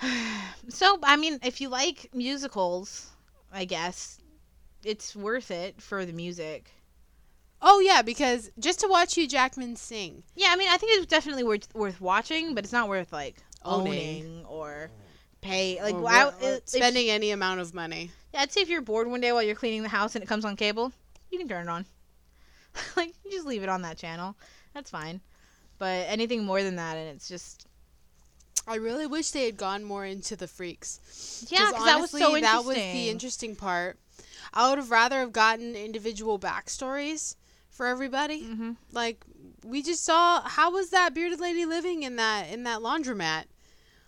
Speaker 1: so I mean, if you like musicals, I guess it's worth it for the music.
Speaker 2: Oh yeah, because just to watch Hugh Jackman sing,
Speaker 1: Yeah, I mean, I think it's definitely worth worth watching, but it's not worth like
Speaker 2: Owning.
Speaker 1: owning, or pay. Like,
Speaker 2: or
Speaker 1: why?
Speaker 2: wha- or
Speaker 1: if-
Speaker 2: uh, spending any amount of money.
Speaker 1: yeah, I'd say if you're bored one day while you're cleaning the house and it comes on cable, you can turn it on. like, you just leave it on that channel. That's fine. But anything more than that, and it's just
Speaker 2: I really wish they had gone more into the freaks.
Speaker 1: yeah, because that was so
Speaker 2: honestly,
Speaker 1: interesting.
Speaker 2: That was the interesting part. I would have rather have gotten individual backstories for everybody.
Speaker 1: Mhm.
Speaker 2: Like we just saw, how was that bearded lady living in that in that laundromat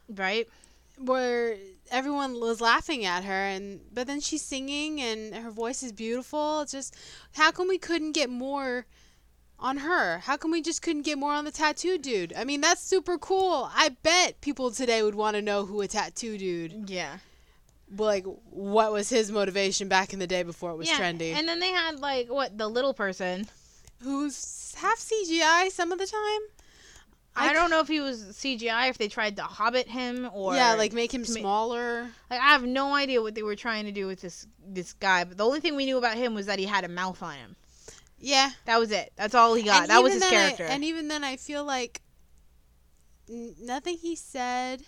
Speaker 1: right?
Speaker 2: where everyone was laughing at her, and but then she's singing and her voice is beautiful. It's just how come we couldn't get more on her? How come we just couldn't get more on the tattoo dude? I mean, that's super cool. I bet people today would want to know who a tattoo dude
Speaker 1: Yeah,
Speaker 2: like what was his motivation back in the day before it was
Speaker 1: yeah.
Speaker 2: trendy
Speaker 1: And then they had like what the little person.
Speaker 2: who's half cgi some of the time
Speaker 1: I,
Speaker 2: c-
Speaker 1: don't know if he was CGI, if they tried to hobbit him, or
Speaker 2: yeah like make him
Speaker 1: to ma-
Speaker 2: smaller
Speaker 1: Like I have no idea what they were trying to do with this this guy, but the only thing we knew about him was that he had a mouth on him.
Speaker 2: yeah
Speaker 1: That was it. That's all he got.
Speaker 2: And
Speaker 1: that was
Speaker 2: even
Speaker 1: his
Speaker 2: then I-
Speaker 1: character.
Speaker 2: and even then i feel like n- nothing he said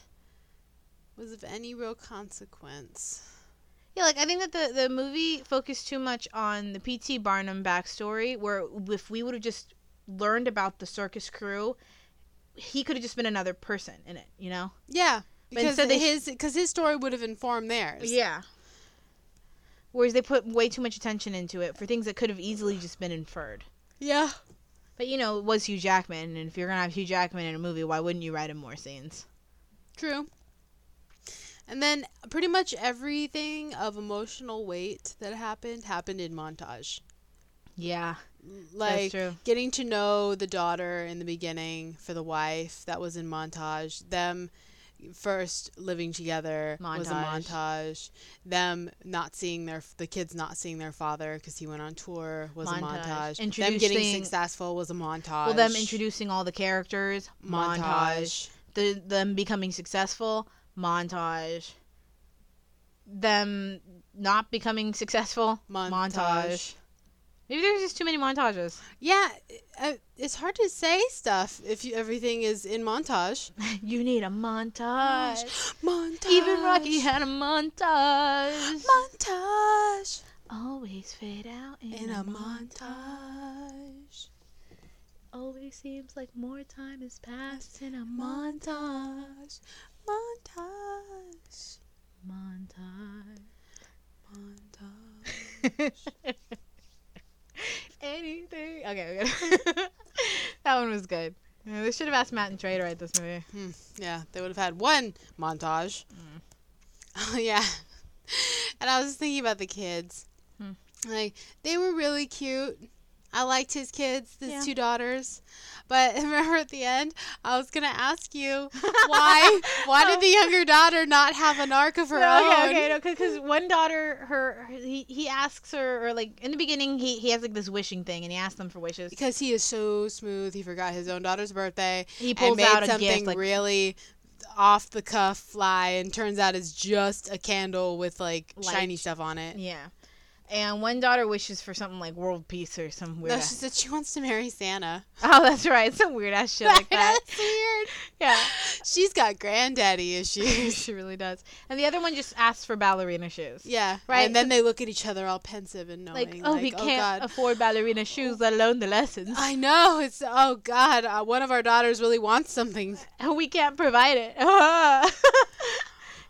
Speaker 2: was of any real consequence
Speaker 1: yeah, like I think that the the movie focused too much on the PT Barnum backstory, where if we would have just learned about the circus crew, he could have just been another person in it. You know?
Speaker 2: yeah
Speaker 1: But
Speaker 2: because
Speaker 1: instead they
Speaker 2: his because his story would have informed theirs
Speaker 1: Yeah. Whereas they put way too much attention into it for things that could have easily just been inferred.
Speaker 2: yeah
Speaker 1: But you know, it was Hugh Jackman, and if you're gonna have Hugh Jackman in a movie, why wouldn't you write him more scenes?
Speaker 2: True. And then pretty much everything of emotional weight that happened happened in montage.
Speaker 1: Yeah,
Speaker 2: Like
Speaker 1: true.
Speaker 2: getting to know the daughter in the beginning for the wife that was in montage. Them first living together was a
Speaker 1: Montage.
Speaker 2: montage. Them not seeing their the kids not seeing their father because he went on tour was a
Speaker 1: Montage.
Speaker 2: montage. Them getting
Speaker 1: Introducing-
Speaker 2: successful was a montage.
Speaker 1: Well, them introducing all the characters, montage.
Speaker 2: montage.
Speaker 1: The them becoming successful, montage. Them not becoming successful, montage.
Speaker 2: montage.
Speaker 1: Maybe there's just too many montages.
Speaker 2: Yeah, I- it's hard to say stuff if you, everything is in montage.
Speaker 1: you need a montage.
Speaker 2: Montage.
Speaker 1: Even Rocky had a montage.
Speaker 2: Montage.
Speaker 1: Always fade out in,
Speaker 2: In
Speaker 1: a,
Speaker 2: a
Speaker 1: montage.
Speaker 2: montage.
Speaker 1: Always seems like more time has passed in a mon-
Speaker 2: Montage. Montage.
Speaker 1: montage.
Speaker 2: Montage.
Speaker 1: Anything. Okay, we got that one was good. Yeah, they should have asked Matt and Trey to write this movie.
Speaker 2: Yeah, they would have had one montage.
Speaker 1: Mm.
Speaker 2: Oh yeah, and I was just thinking about the kids.
Speaker 1: Hmm.
Speaker 2: Like they were really cute. I liked his kids, his
Speaker 1: Yeah.
Speaker 2: two daughters. But remember at the end, I was gonna ask you why why did the younger daughter not have an arc of her
Speaker 1: No,
Speaker 2: own?
Speaker 1: Oh. okay, okay, no, because one daughter, her, her- he, he asks her, or like in the beginning, he, he has like this wishing thing, and he asks them for wishes.
Speaker 2: Because he is so smooth, he forgot his own daughter's birthday
Speaker 1: He
Speaker 2: and
Speaker 1: pulls
Speaker 2: made
Speaker 1: out a
Speaker 2: something
Speaker 1: gift, like
Speaker 2: really off the cuff fly, and turns out it's just a candle with like
Speaker 1: Light.
Speaker 2: shiny stuff on it.
Speaker 1: yeah. And one daughter wishes for something like world peace or some weird.
Speaker 2: No, she said she wants to marry Santa.
Speaker 1: oh, that's right, some weird ass shit like that.
Speaker 2: That's weird.
Speaker 1: Yeah,
Speaker 2: She's got granddaddy issues.
Speaker 1: she really does. And the other one just asks for ballerina shoes.
Speaker 2: Yeah.
Speaker 1: Right,
Speaker 2: And then
Speaker 1: so-
Speaker 2: they look at each other all pensive and knowing.
Speaker 1: Like,
Speaker 2: Like,
Speaker 1: oh, we can't
Speaker 2: God.
Speaker 1: afford ballerina shoes, let alone the lessons.
Speaker 2: I know. It's, oh, God. Uh, one of our daughters really wants something.
Speaker 1: and we can't provide it.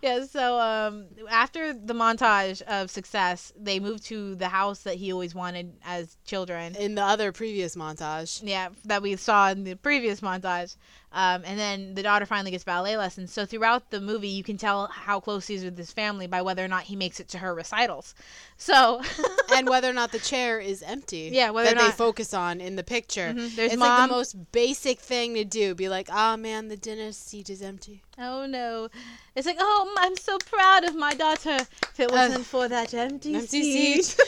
Speaker 1: yeah, so um, after the montage of success, they move to the house that he always wanted as children.
Speaker 2: In the other previous montage.
Speaker 1: Yeah, that we saw in the previous montage. Um, and then the daughter finally gets ballet lessons. So throughout the movie, you can tell how close he is with his family by whether or not he makes it to her recitals. So,
Speaker 2: and whether or not the chair is empty.
Speaker 1: Yeah, whether
Speaker 2: that
Speaker 1: or
Speaker 2: they
Speaker 1: not-
Speaker 2: focus on in the picture.
Speaker 1: Mhm, there's
Speaker 2: it's like
Speaker 1: mom.
Speaker 2: the most basic thing to do. Be like, oh, man, the dinner seat is empty.
Speaker 1: oh no. It's like, oh, m- I'm so proud of my daughter. If it wasn't for that empty,
Speaker 2: empty
Speaker 1: seat.
Speaker 2: seat.
Speaker 1: it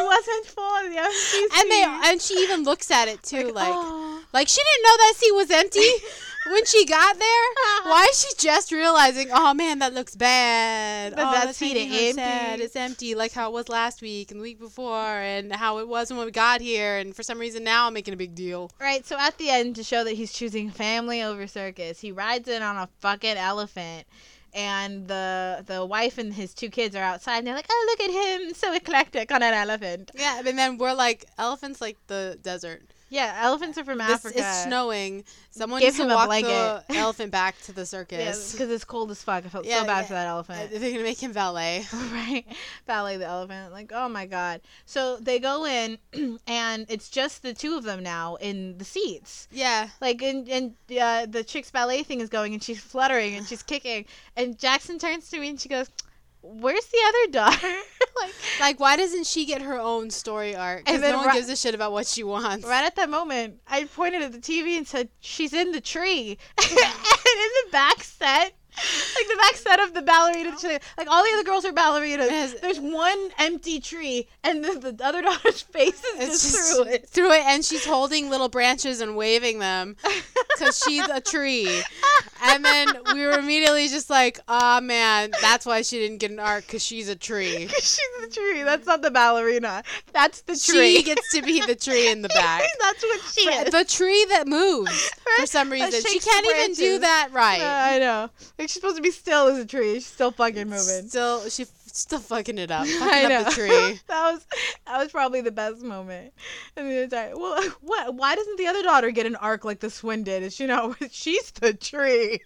Speaker 1: wasn't for the empty seat.
Speaker 2: And they and she even looks at it too, like,
Speaker 1: "Oh."
Speaker 2: Like she didn't know that seat was empty when she got there. Why is she just realizing? Oh man, that looks bad.
Speaker 1: But
Speaker 2: oh,
Speaker 1: that
Speaker 2: that's
Speaker 1: seat
Speaker 2: making
Speaker 1: is
Speaker 2: her sad.
Speaker 1: empty."
Speaker 2: It's empty, like how it was last week and the week before, and how it was when we got here. And for some reason now I'm making a big deal.
Speaker 1: Right, so at the end, to show that he's choosing family over circus, he rides in on a fucking elephant. And the the wife and his two kids are outside, and they're like, "Oh, look at him, so eclectic on an elephant."
Speaker 2: Yeah, and then we're like elephants, like the desert.
Speaker 1: Yeah, elephants are from
Speaker 2: This,
Speaker 1: Africa.
Speaker 2: it's snowing. Someone
Speaker 1: Give
Speaker 2: needs to
Speaker 1: him a
Speaker 2: walk the
Speaker 1: blanket.
Speaker 2: elephant back to the
Speaker 1: because
Speaker 2: circus.
Speaker 1: it's cold as fuck. I felt
Speaker 2: Yeah,
Speaker 1: so bad
Speaker 2: yeah.
Speaker 1: for that
Speaker 2: Uh,
Speaker 1: elephant.
Speaker 2: They're gonna make him valet.
Speaker 1: right ballet the elephant like oh my god so they go in and it's just the two of them now in the seats
Speaker 2: Yeah,
Speaker 1: like and and uh, the chicks ballet thing is going and she's fluttering and she's kicking and jackson turns to me and she goes where's the other daughter like
Speaker 2: like why doesn't she get her own story arc? Because
Speaker 1: And then
Speaker 2: no one
Speaker 1: Ra-
Speaker 2: gives a shit about what she wants.
Speaker 1: right at that moment i pointed at the tv and said she's in the tree and in the back set like the back set of the ballerina tree. Like all the other girls are ballerinas.
Speaker 2: Yes.
Speaker 1: There's one empty tree, and the, the other daughter's face is
Speaker 2: It's
Speaker 1: just, through it.
Speaker 2: Through it, and she's holding little branches and waving them because she's a tree. And then we were immediately just like, oh man, that's why she didn't get an arc because she's a tree.
Speaker 1: she's the tree. That's not the ballerina. That's the tree.
Speaker 2: She gets to be the tree in the back.
Speaker 1: That's what she is.
Speaker 2: The tree that moves for
Speaker 1: Right?
Speaker 2: some
Speaker 1: That
Speaker 2: reason. She
Speaker 1: shakes
Speaker 2: can't
Speaker 1: the
Speaker 2: even do
Speaker 1: branches.
Speaker 2: that right.
Speaker 1: Uh, I know. Like she's supposed to be still as a tree. She's still fucking moving.
Speaker 2: Still, she f- still fucking it up.
Speaker 1: I
Speaker 2: Fucking
Speaker 1: know.
Speaker 2: up the tree.
Speaker 1: that was that was probably the best moment in the entire. Well, what? Why doesn't the other daughter get an arc like this one did? Is she not? She's the tree.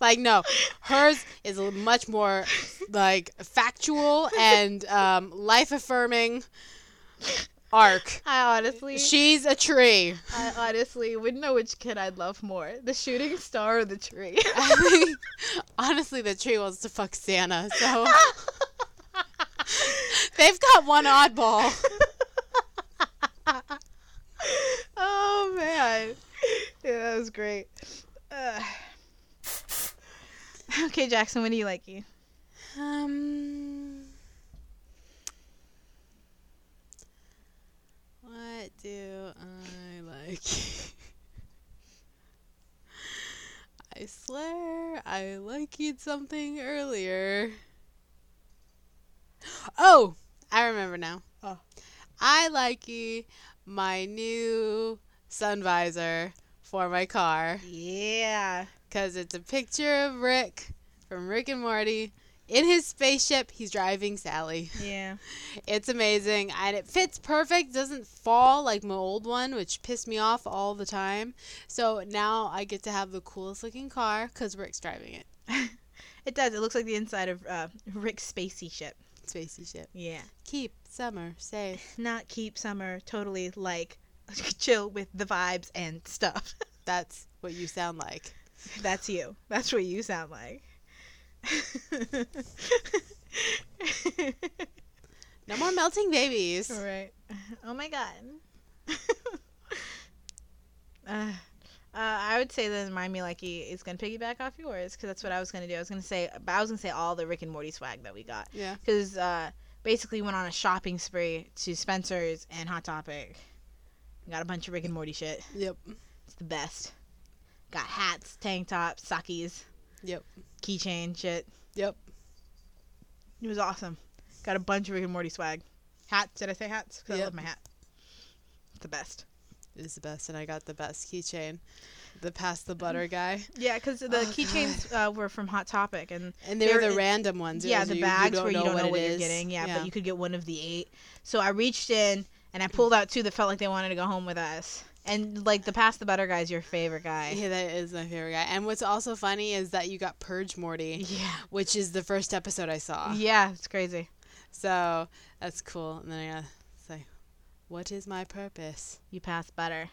Speaker 2: Like no, hers is l- much more like factual and um, life affirming arc.
Speaker 1: I honestly,
Speaker 2: She's a tree.
Speaker 1: I honestly wouldn't know which kid I'd love more: the shooting star or the tree.
Speaker 2: I think- Honestly, the tree wants to fuck Santa, so they've got one oddball.
Speaker 1: oh man, yeah, that was great. Ugh. Okay, Jackson, what do you like? You?
Speaker 2: Um, what do I like? I swear I liked something earlier. Oh, I remember now.
Speaker 1: Oh.
Speaker 2: I like my new sun visor for my car.
Speaker 1: Yeah.
Speaker 2: Because it's a picture of Rick from Rick and Morty. In his spaceship, he's driving Sally.
Speaker 1: Yeah.
Speaker 2: It's amazing. And it fits perfect, doesn't fall like my old one, which pissed me off all the time. So now I get to have the coolest looking car because Rick's driving it.
Speaker 1: It does. It looks like the inside of uh, Rick's spacey ship.
Speaker 2: Spacey ship.
Speaker 1: Yeah.
Speaker 2: Keep summer safe.
Speaker 1: Not keep summer totally like chill with the vibes and stuff.
Speaker 2: That's what you sound like.
Speaker 1: That's you. That's what you sound like.
Speaker 2: No more melting babies.
Speaker 1: All right. Oh my god. uh, uh, I would say that Mind Me Like E is gonna piggyback off yours because that's what I was gonna do. I was gonna say, but I was gonna say all the Rick and Morty swag that we got
Speaker 2: Yeah.
Speaker 1: because uh, basically went on a shopping spree to Spencer's and Hot Topic. Got a bunch of Rick and Morty shit.
Speaker 2: Yep.
Speaker 1: It's the best. Got hats, tank tops, sakis,
Speaker 2: Yep.
Speaker 1: keychain shit.
Speaker 2: Yep.
Speaker 1: It was awesome. Got a bunch of Rick and Morty swag. Hats? Did I say hats? 'Cause I
Speaker 2: Yep.
Speaker 1: love my hat. It's the best.
Speaker 2: It is the best, and I got the best keychain. The pass the butter guy,
Speaker 1: Yeah, because the
Speaker 2: Oh,
Speaker 1: keychains uh, were from Hot Topic, and
Speaker 2: and they were
Speaker 1: There-
Speaker 2: the random ones. It
Speaker 1: yeah,
Speaker 2: was
Speaker 1: the
Speaker 2: you-
Speaker 1: bags where you don't know
Speaker 2: it
Speaker 1: what, you're
Speaker 2: is.
Speaker 1: getting. Yeah, but you could get one of the eight. So I reached in and I
Speaker 2: Mm.
Speaker 1: pulled out two that felt like they wanted to go home with us. And like the pass the butter guy's your favorite guy.
Speaker 2: Yeah, that is my favorite guy. And what's also funny is that you got Purge Morty,
Speaker 1: Yeah,
Speaker 2: which is the first episode I saw.
Speaker 1: yeah, it's crazy.
Speaker 2: So that's cool. And then I gotta say, what is my purpose?
Speaker 1: You pass butter.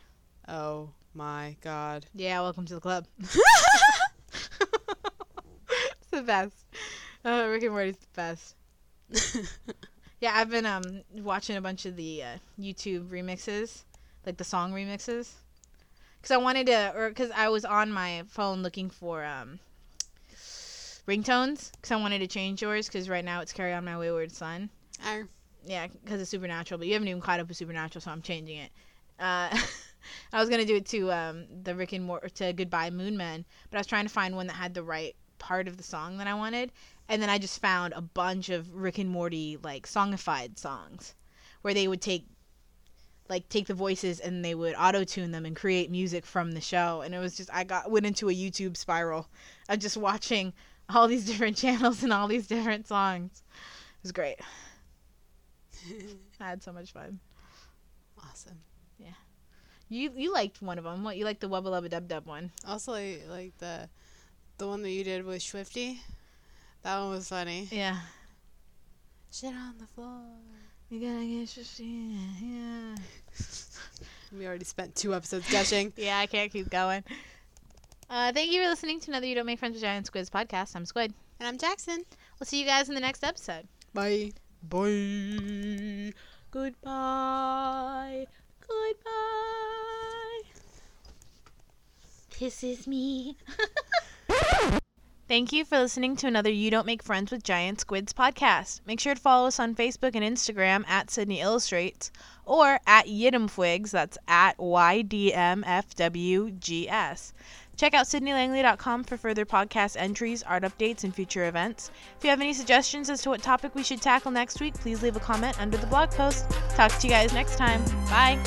Speaker 2: Oh my god.
Speaker 1: Yeah, welcome to the club. it's the best. Uh, Rick and Morty's the best. Yeah, I've been um watching a bunch of the uh, YouTube remixes, like the song remixes, because I wanted to, or because I was on my phone looking for um ringtones, because I wanted to change yours, because right now it's "Carry On My Wayward Son."
Speaker 2: Arr.
Speaker 1: Yeah, because it's Supernatural, but you haven't even caught up with Supernatural, so I'm changing it. Uh, I was gonna do it to um the Rick and Mort to "Goodbye Moon Man," but I was trying to find one that had the right part of the song that I wanted, and then I just found a bunch of Rick and Morty like songified songs, where they would take like take the voices and they would auto tune them and create music from the show, and it was just I got went into a YouTube spiral of just watching all these different channels and all these different songs. It was great. I had so much fun.
Speaker 2: awesome.
Speaker 1: You you liked one of them. What you liked the Wubba Lubba Dub Dub one?
Speaker 2: Also, like, like the the one that you did with Swifty. That one was funny.
Speaker 1: Yeah.
Speaker 2: Shit on the floor.
Speaker 1: You gotta get your shit. Yeah.
Speaker 2: We already spent two episodes gushing.
Speaker 1: Yeah, I can't keep going. Uh, thank you for listening to another You Don't Make Friends with Giant Squids podcast. I'm Squid.
Speaker 2: And I'm Jackson.
Speaker 1: We'll see you guys in the next episode.
Speaker 2: Bye.
Speaker 1: Bye. Goodbye. Goodbye. Kisses me. Thank you for listening to another You Don't Make Friends with Giant Squids podcast. Make sure to follow us on Facebook and Instagram at Sydney Illustrates or at Yidimfwigs, that's at YDMFWGS. Check out sydneylangley.com for further podcast entries, art updates, and future events. If you have any suggestions as to what topic we should tackle next week, please leave a comment under the blog post. Talk to you guys next time. Bye.